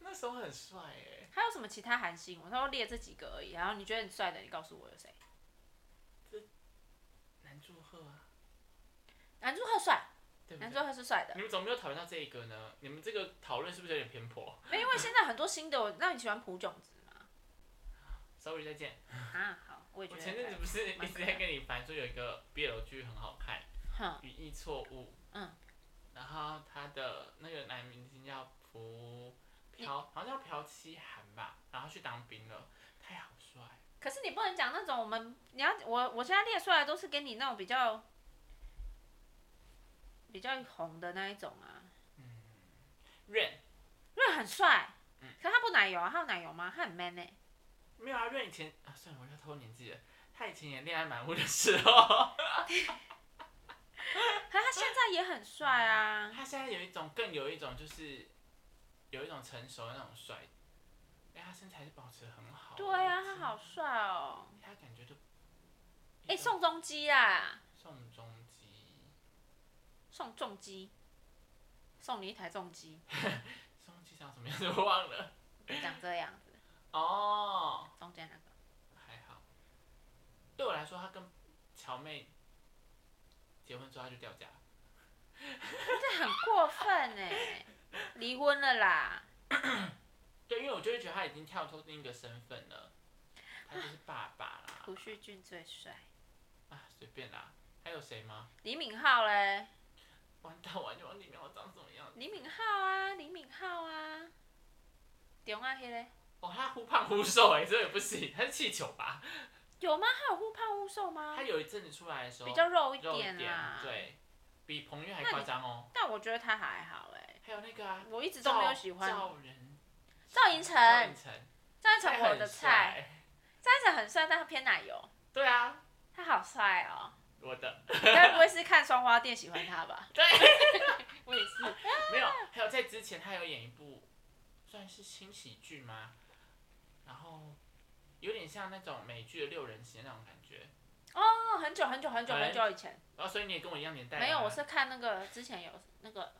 Speaker 2: 那时候很帅哎、
Speaker 1: 还有什么其他韩星？我稍微列这几个而已。然后你觉得很帅的，你告诉我有谁？
Speaker 2: 男祝贺啊，
Speaker 1: 男祝贺帅，
Speaker 2: 对不
Speaker 1: 男
Speaker 2: 对
Speaker 1: 祝？贺是帅的。
Speaker 2: 你们怎么没有讨论到这一个呢？你们这个讨论是不是有点偏颇
Speaker 1: 没因为现在很多新的，我那你喜欢朴炯植 吗？
Speaker 2: ？Sorry，再见。
Speaker 1: 啊，好，我也觉
Speaker 2: 我
Speaker 1: 得。
Speaker 2: 前阵子不是一直在跟你烦说有一个 BL 剧很好看，
Speaker 1: 哼
Speaker 2: 《语义错误》。
Speaker 1: 嗯。
Speaker 2: 然后他的那个男明星叫朴朴，好像叫朴熙涵吧，然后去当兵了，太好帅。
Speaker 1: 可是你不能讲那种我们，你要我我现在列出来都是给你那种比较比较红的那一种啊，
Speaker 2: 嗯润
Speaker 1: 因为很帅
Speaker 2: 嗯，
Speaker 1: 可他不奶油啊，他有奶油吗？他很 man 呢、
Speaker 2: 没有啊，润以前啊，算了，我要偷年纪了。他以前演《恋爱满屋》的时候，
Speaker 1: 可是他现在也很帅啊，
Speaker 2: 他现在有一种更有一种就是有一种成熟的那种帅。哎、他身材是保持得很好。
Speaker 1: 对啊，
Speaker 2: 我
Speaker 1: 他
Speaker 2: 的天
Speaker 1: 好帅哦，
Speaker 2: 他感觉就，
Speaker 1: 哎、宋仲基啊，
Speaker 2: 宋仲基，
Speaker 1: 宋仲基，送你一台重机，
Speaker 2: 宋仲基长什么样子我忘了。
Speaker 1: 长这样子，
Speaker 2: 哦，
Speaker 1: 中间那个
Speaker 2: 还好。对我来说，他跟乔妹结婚之后他就掉价了，
Speaker 1: 这很过分哎、离婚了啦。
Speaker 2: 对，因为我就会觉得他已经跳脱另一个身份了，他就是爸爸啦，
Speaker 1: 朴叙俊最帅，
Speaker 2: 啊，随便啦。还有谁吗？
Speaker 1: 李敏镐嘞？
Speaker 2: 完蛋，完全忘记苗长什么样子。
Speaker 1: 李敏镐啊，李敏镐啊，中啊迄个
Speaker 2: 哦，他忽胖忽瘦哎、这也不行，他是气球吧？
Speaker 1: 有吗？他有忽胖忽瘦吗
Speaker 2: 他？有一阵子出来的时候
Speaker 1: 比较肉一
Speaker 2: 肉一啊
Speaker 1: 点啊啦。。
Speaker 2: 对，比彭于晏还
Speaker 1: 那你
Speaker 2: 夸张哦。
Speaker 1: 但我觉得他还好哎、
Speaker 2: 还有那个啊，
Speaker 1: 我一直都
Speaker 2: 赵
Speaker 1: 没有喜欢
Speaker 2: 赵人，
Speaker 1: 赵寅成。
Speaker 2: 赵寅成，
Speaker 1: 赵寅成
Speaker 2: 他
Speaker 1: 我
Speaker 2: 很
Speaker 1: 的菜，
Speaker 2: 帅。
Speaker 1: 赵寅成很帅，但他偏奶油，
Speaker 2: 对啊，
Speaker 1: 他好帅哦。
Speaker 2: 我的
Speaker 1: 该不会是看双花店喜欢他吧？
Speaker 2: 对，
Speaker 1: 我也是。
Speaker 2: 没有。还有在之前他有演一部，算是新喜剧吗？然后有点像那种美剧的六人行那种感觉。
Speaker 1: 哦，很久很久很久很久以前，
Speaker 2: 然后所以你也跟我一样年代吗。啊
Speaker 1: 没有，我是看那个之前有那个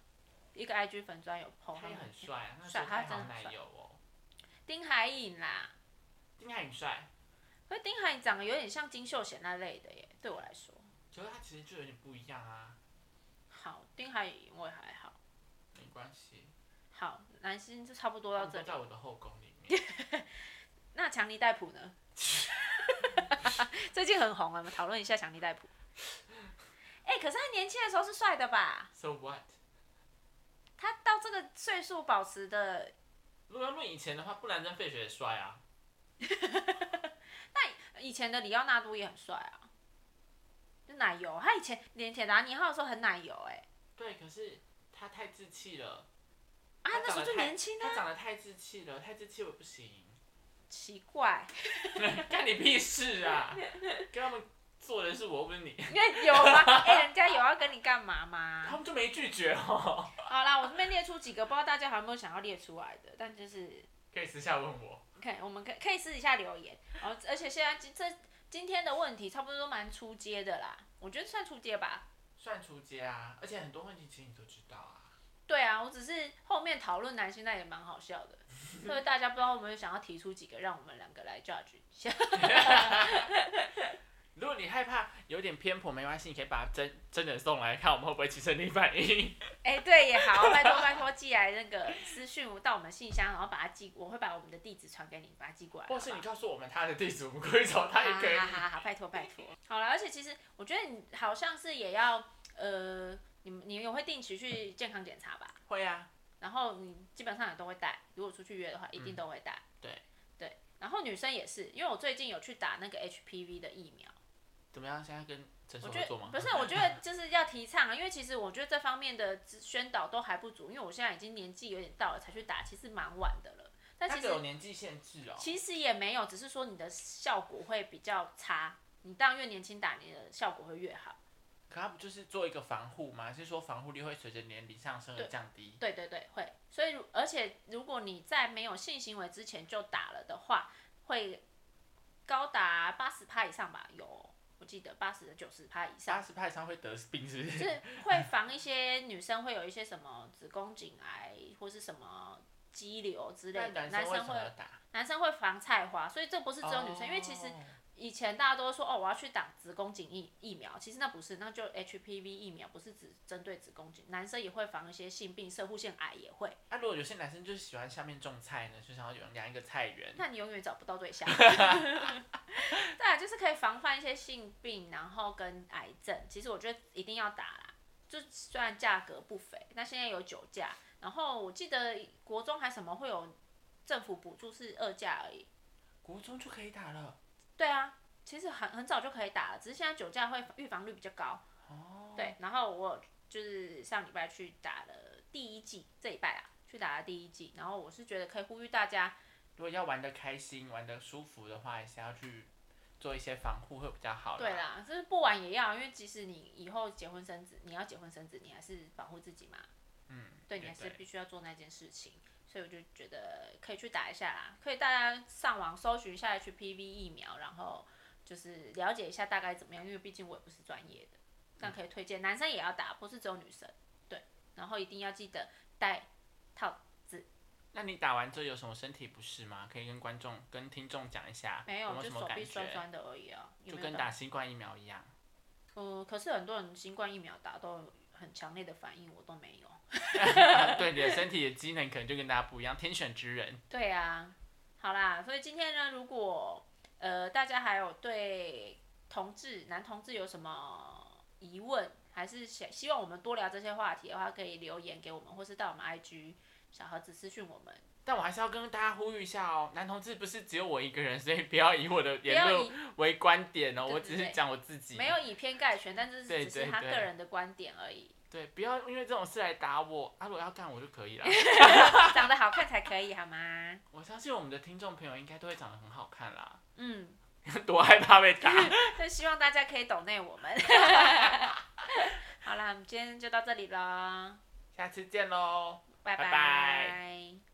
Speaker 1: 一个 IG 粉专有 PO
Speaker 2: 他
Speaker 1: 他
Speaker 2: 也
Speaker 1: 们
Speaker 2: 很
Speaker 1: 的片
Speaker 2: 帅啊，那时候
Speaker 1: 帅他
Speaker 2: 太好
Speaker 1: 真的
Speaker 2: 奶
Speaker 1: 帅
Speaker 2: 油哦，
Speaker 1: 丁海颖啦。
Speaker 2: 丁海很帅。
Speaker 1: 可是丁海长得有点像金秀贤那类的耶，对我来说。
Speaker 2: 可是他其实就有点不一样啊，
Speaker 1: 好，丁海颖我也还好。
Speaker 2: 没关系，
Speaker 1: 好，男星就差不多
Speaker 2: 他们
Speaker 1: 到这
Speaker 2: 都
Speaker 1: 里。
Speaker 2: 在我的后宫里面。
Speaker 1: 那强尼戴普呢？最近很红啊，我们讨论一下强尼戴普。哎、可是他年轻的时候是帅的吧？
Speaker 2: So what？
Speaker 1: 他到这个岁数保持的，
Speaker 2: 如果要论以前的话，布兰登·费雪也帅啊，
Speaker 1: 以前的里奥纳多也很帅啊，就奶油。他以前连铁达尼号的时候很奶油哎、
Speaker 2: 对，可是他太稚气了。
Speaker 1: 啊，那时
Speaker 2: 长
Speaker 1: 候
Speaker 2: 得
Speaker 1: 就
Speaker 2: 太
Speaker 1: 年轻
Speaker 2: 他
Speaker 1: 啊，
Speaker 2: 长得太稚气了，太稚气我不行。
Speaker 1: 奇怪，
Speaker 2: 干你屁事啊！跟他们做的是我，又不是你，
Speaker 1: 因为有 吗？哎、人家有要跟你干嘛吗？
Speaker 2: 他们就没拒绝哦。
Speaker 1: 好啦，我这边列出几个，不知道大家还有没有想要列出来的，但就是
Speaker 2: 可以私下问我。
Speaker 1: 可以，我们可以可以私底下留言。然后，而且现在今这今天的问题差不多都蛮出街的啦，我觉得算出街吧。
Speaker 2: 算出街啊，而且很多问题其实你都知道啊。
Speaker 1: 对啊，我只是后面讨论男性那也蛮好笑的，
Speaker 2: 嗯
Speaker 1: 所以大家不知道有没有想要提出几个，让我们两个来 judge 一下。
Speaker 2: 如果你害怕有点偏颇，没关系，你可以把真真人送来看，我们会不会起身体反应？
Speaker 1: 哎、对也好，拜托拜托寄来那个私讯到我们信箱，然后把它寄，我会把我们的地址传给你，把它寄过来。
Speaker 2: 或是
Speaker 1: 好不好
Speaker 2: 你告诉我们他的地址，我们可以找他也可以。
Speaker 1: 哈哈哈哈，拜托拜托。好了，而且其实我觉得你好像是也要呃，你们你也会定期去健康检查吧？
Speaker 2: 会啊，
Speaker 1: 然后你基本上也都会带，如果出去约的话，一定都会带、
Speaker 2: 嗯对
Speaker 1: 对，然后女生也是，因为我最近有去打那个 HPV 的疫苗，
Speaker 2: 怎么样？现在跟诊
Speaker 1: 我
Speaker 2: 所
Speaker 1: 觉
Speaker 2: 合
Speaker 1: 得
Speaker 2: 作吗？
Speaker 1: 不是，啊我觉得就是要提倡啊，因为其实我觉得这方面的宣导都还不足，因为我现在已经年纪有点到了才去打，其实蛮晚的了。但
Speaker 2: 那
Speaker 1: 其
Speaker 2: 个
Speaker 1: 实
Speaker 2: 有年纪限制哦。
Speaker 1: 其实也没有，只是说你的效果会比较差。你当然越年轻打你的效果会越好。
Speaker 2: 可他不就是做一个防护吗？是说防护力会随着年龄上升而
Speaker 1: 对
Speaker 2: 降低？
Speaker 1: 对对对，会。所以如而且如果你在没有性行为之前就打了的话，会高达八十趴以上吧？有，我记得八十九十趴以
Speaker 2: 八
Speaker 1: 上。
Speaker 2: 十派上会得病是不？
Speaker 1: 就是是会防一些女生会有一些什么子宫颈癌或是什么肌瘤之类
Speaker 2: 那
Speaker 1: 的，
Speaker 2: 男
Speaker 1: 男
Speaker 2: 生为什
Speaker 1: 生
Speaker 2: 么要
Speaker 1: 会
Speaker 2: 打？
Speaker 1: 男生会防菜花，所以这不是只有女生，因为其实以前大家都说哦，我要去打子宫颈疫疫苗，其实那不是，那就 HPV 疫苗，不是只针对子宫颈，男生也会防一些性病，射护腺癌也会。
Speaker 2: 啊，如果有些男生就是喜欢下面种菜呢，就想要有养一个菜园，
Speaker 1: 那你永远找不到对象。 对啊，就是可以防范一些性病，然后跟癌症。其实我觉得一定要打啦，就虽然价格不菲，那现在有酒驾，然后我记得国中还什么会有政府补助是二价而已。
Speaker 2: 国中就可以打了。
Speaker 1: 对啊，其实很很早就可以打了，只是现在酒驾会预防率比较高。
Speaker 2: 哦，
Speaker 1: 对，然后我就是上礼拜去打了第一季，这礼拜啊去打了第一季，然后我是觉得可以呼吁大家，
Speaker 2: 如果要玩的开心、玩的舒服的话，还是要去做一些防护会比较好。
Speaker 1: 对，啦，就是不玩也要，因为即使你以后结婚生子，你要结婚生子，你还是保护自己嘛，
Speaker 2: 嗯，
Speaker 1: 对你
Speaker 2: 也
Speaker 1: 还是必须要做那件事情，所以我就觉得可以去打一下啦，可以大家上网搜寻一下 HPV 疫苗，然后就是了解一下大概怎么样，因为毕竟我也不是专业的，但
Speaker 2: 嗯
Speaker 1: 可以推荐男生也要打，不是只有女生，对，然后一定要记得戴套子。
Speaker 2: 那你打完之后有什么身体不适吗？可以跟观众、跟听众讲一下，
Speaker 1: 没
Speaker 2: 有
Speaker 1: 有，
Speaker 2: 没有
Speaker 1: 就
Speaker 2: 什么
Speaker 1: 手
Speaker 2: 感
Speaker 1: 臂
Speaker 2: 觉？
Speaker 1: 酸酸的而已啊，有
Speaker 2: 就
Speaker 1: 没有
Speaker 2: 跟打新冠疫苗 一样。
Speaker 1: 嗯、可是很多人新冠疫苗打都有很强烈的反应，我都没有。
Speaker 2: 对，你的身体的机能可能就跟大家不一样，天选之人。
Speaker 1: 对啊，好啦，所以今天呢，如果呃大家还有对同志、男同志有什么疑问，还是想希望我们多聊这些话题的话，可以留言给我们，或是到我们 IG 小盒子私讯我们。
Speaker 2: 但我还是要跟大家呼吁一下哦，男同志不是只有我一个人，所以不要以我的
Speaker 1: 不
Speaker 2: 言
Speaker 1: 要以
Speaker 2: 论为观点哦，
Speaker 1: 对
Speaker 2: 我
Speaker 1: 对
Speaker 2: 只是
Speaker 1: 对
Speaker 2: 讲我自己。
Speaker 1: 没有以偏概全，但是
Speaker 2: 对
Speaker 1: 只是
Speaker 2: 对
Speaker 1: 他
Speaker 2: 对
Speaker 1: 个人的观点 而已。
Speaker 2: 对，不要因为这种事来打我，啊，如果要干我就可以 了。
Speaker 1: 长得好看才可以好吗？
Speaker 2: 我相信我们的听众朋友应该都会长得很好看啦，
Speaker 1: 嗯。
Speaker 2: 多害怕被 打。
Speaker 1: 那希望大家可以懂内我们。 好啦，我们今天就到这里喽，
Speaker 2: 下次见喽。
Speaker 1: 拜
Speaker 2: 拜
Speaker 1: 拜
Speaker 2: 拜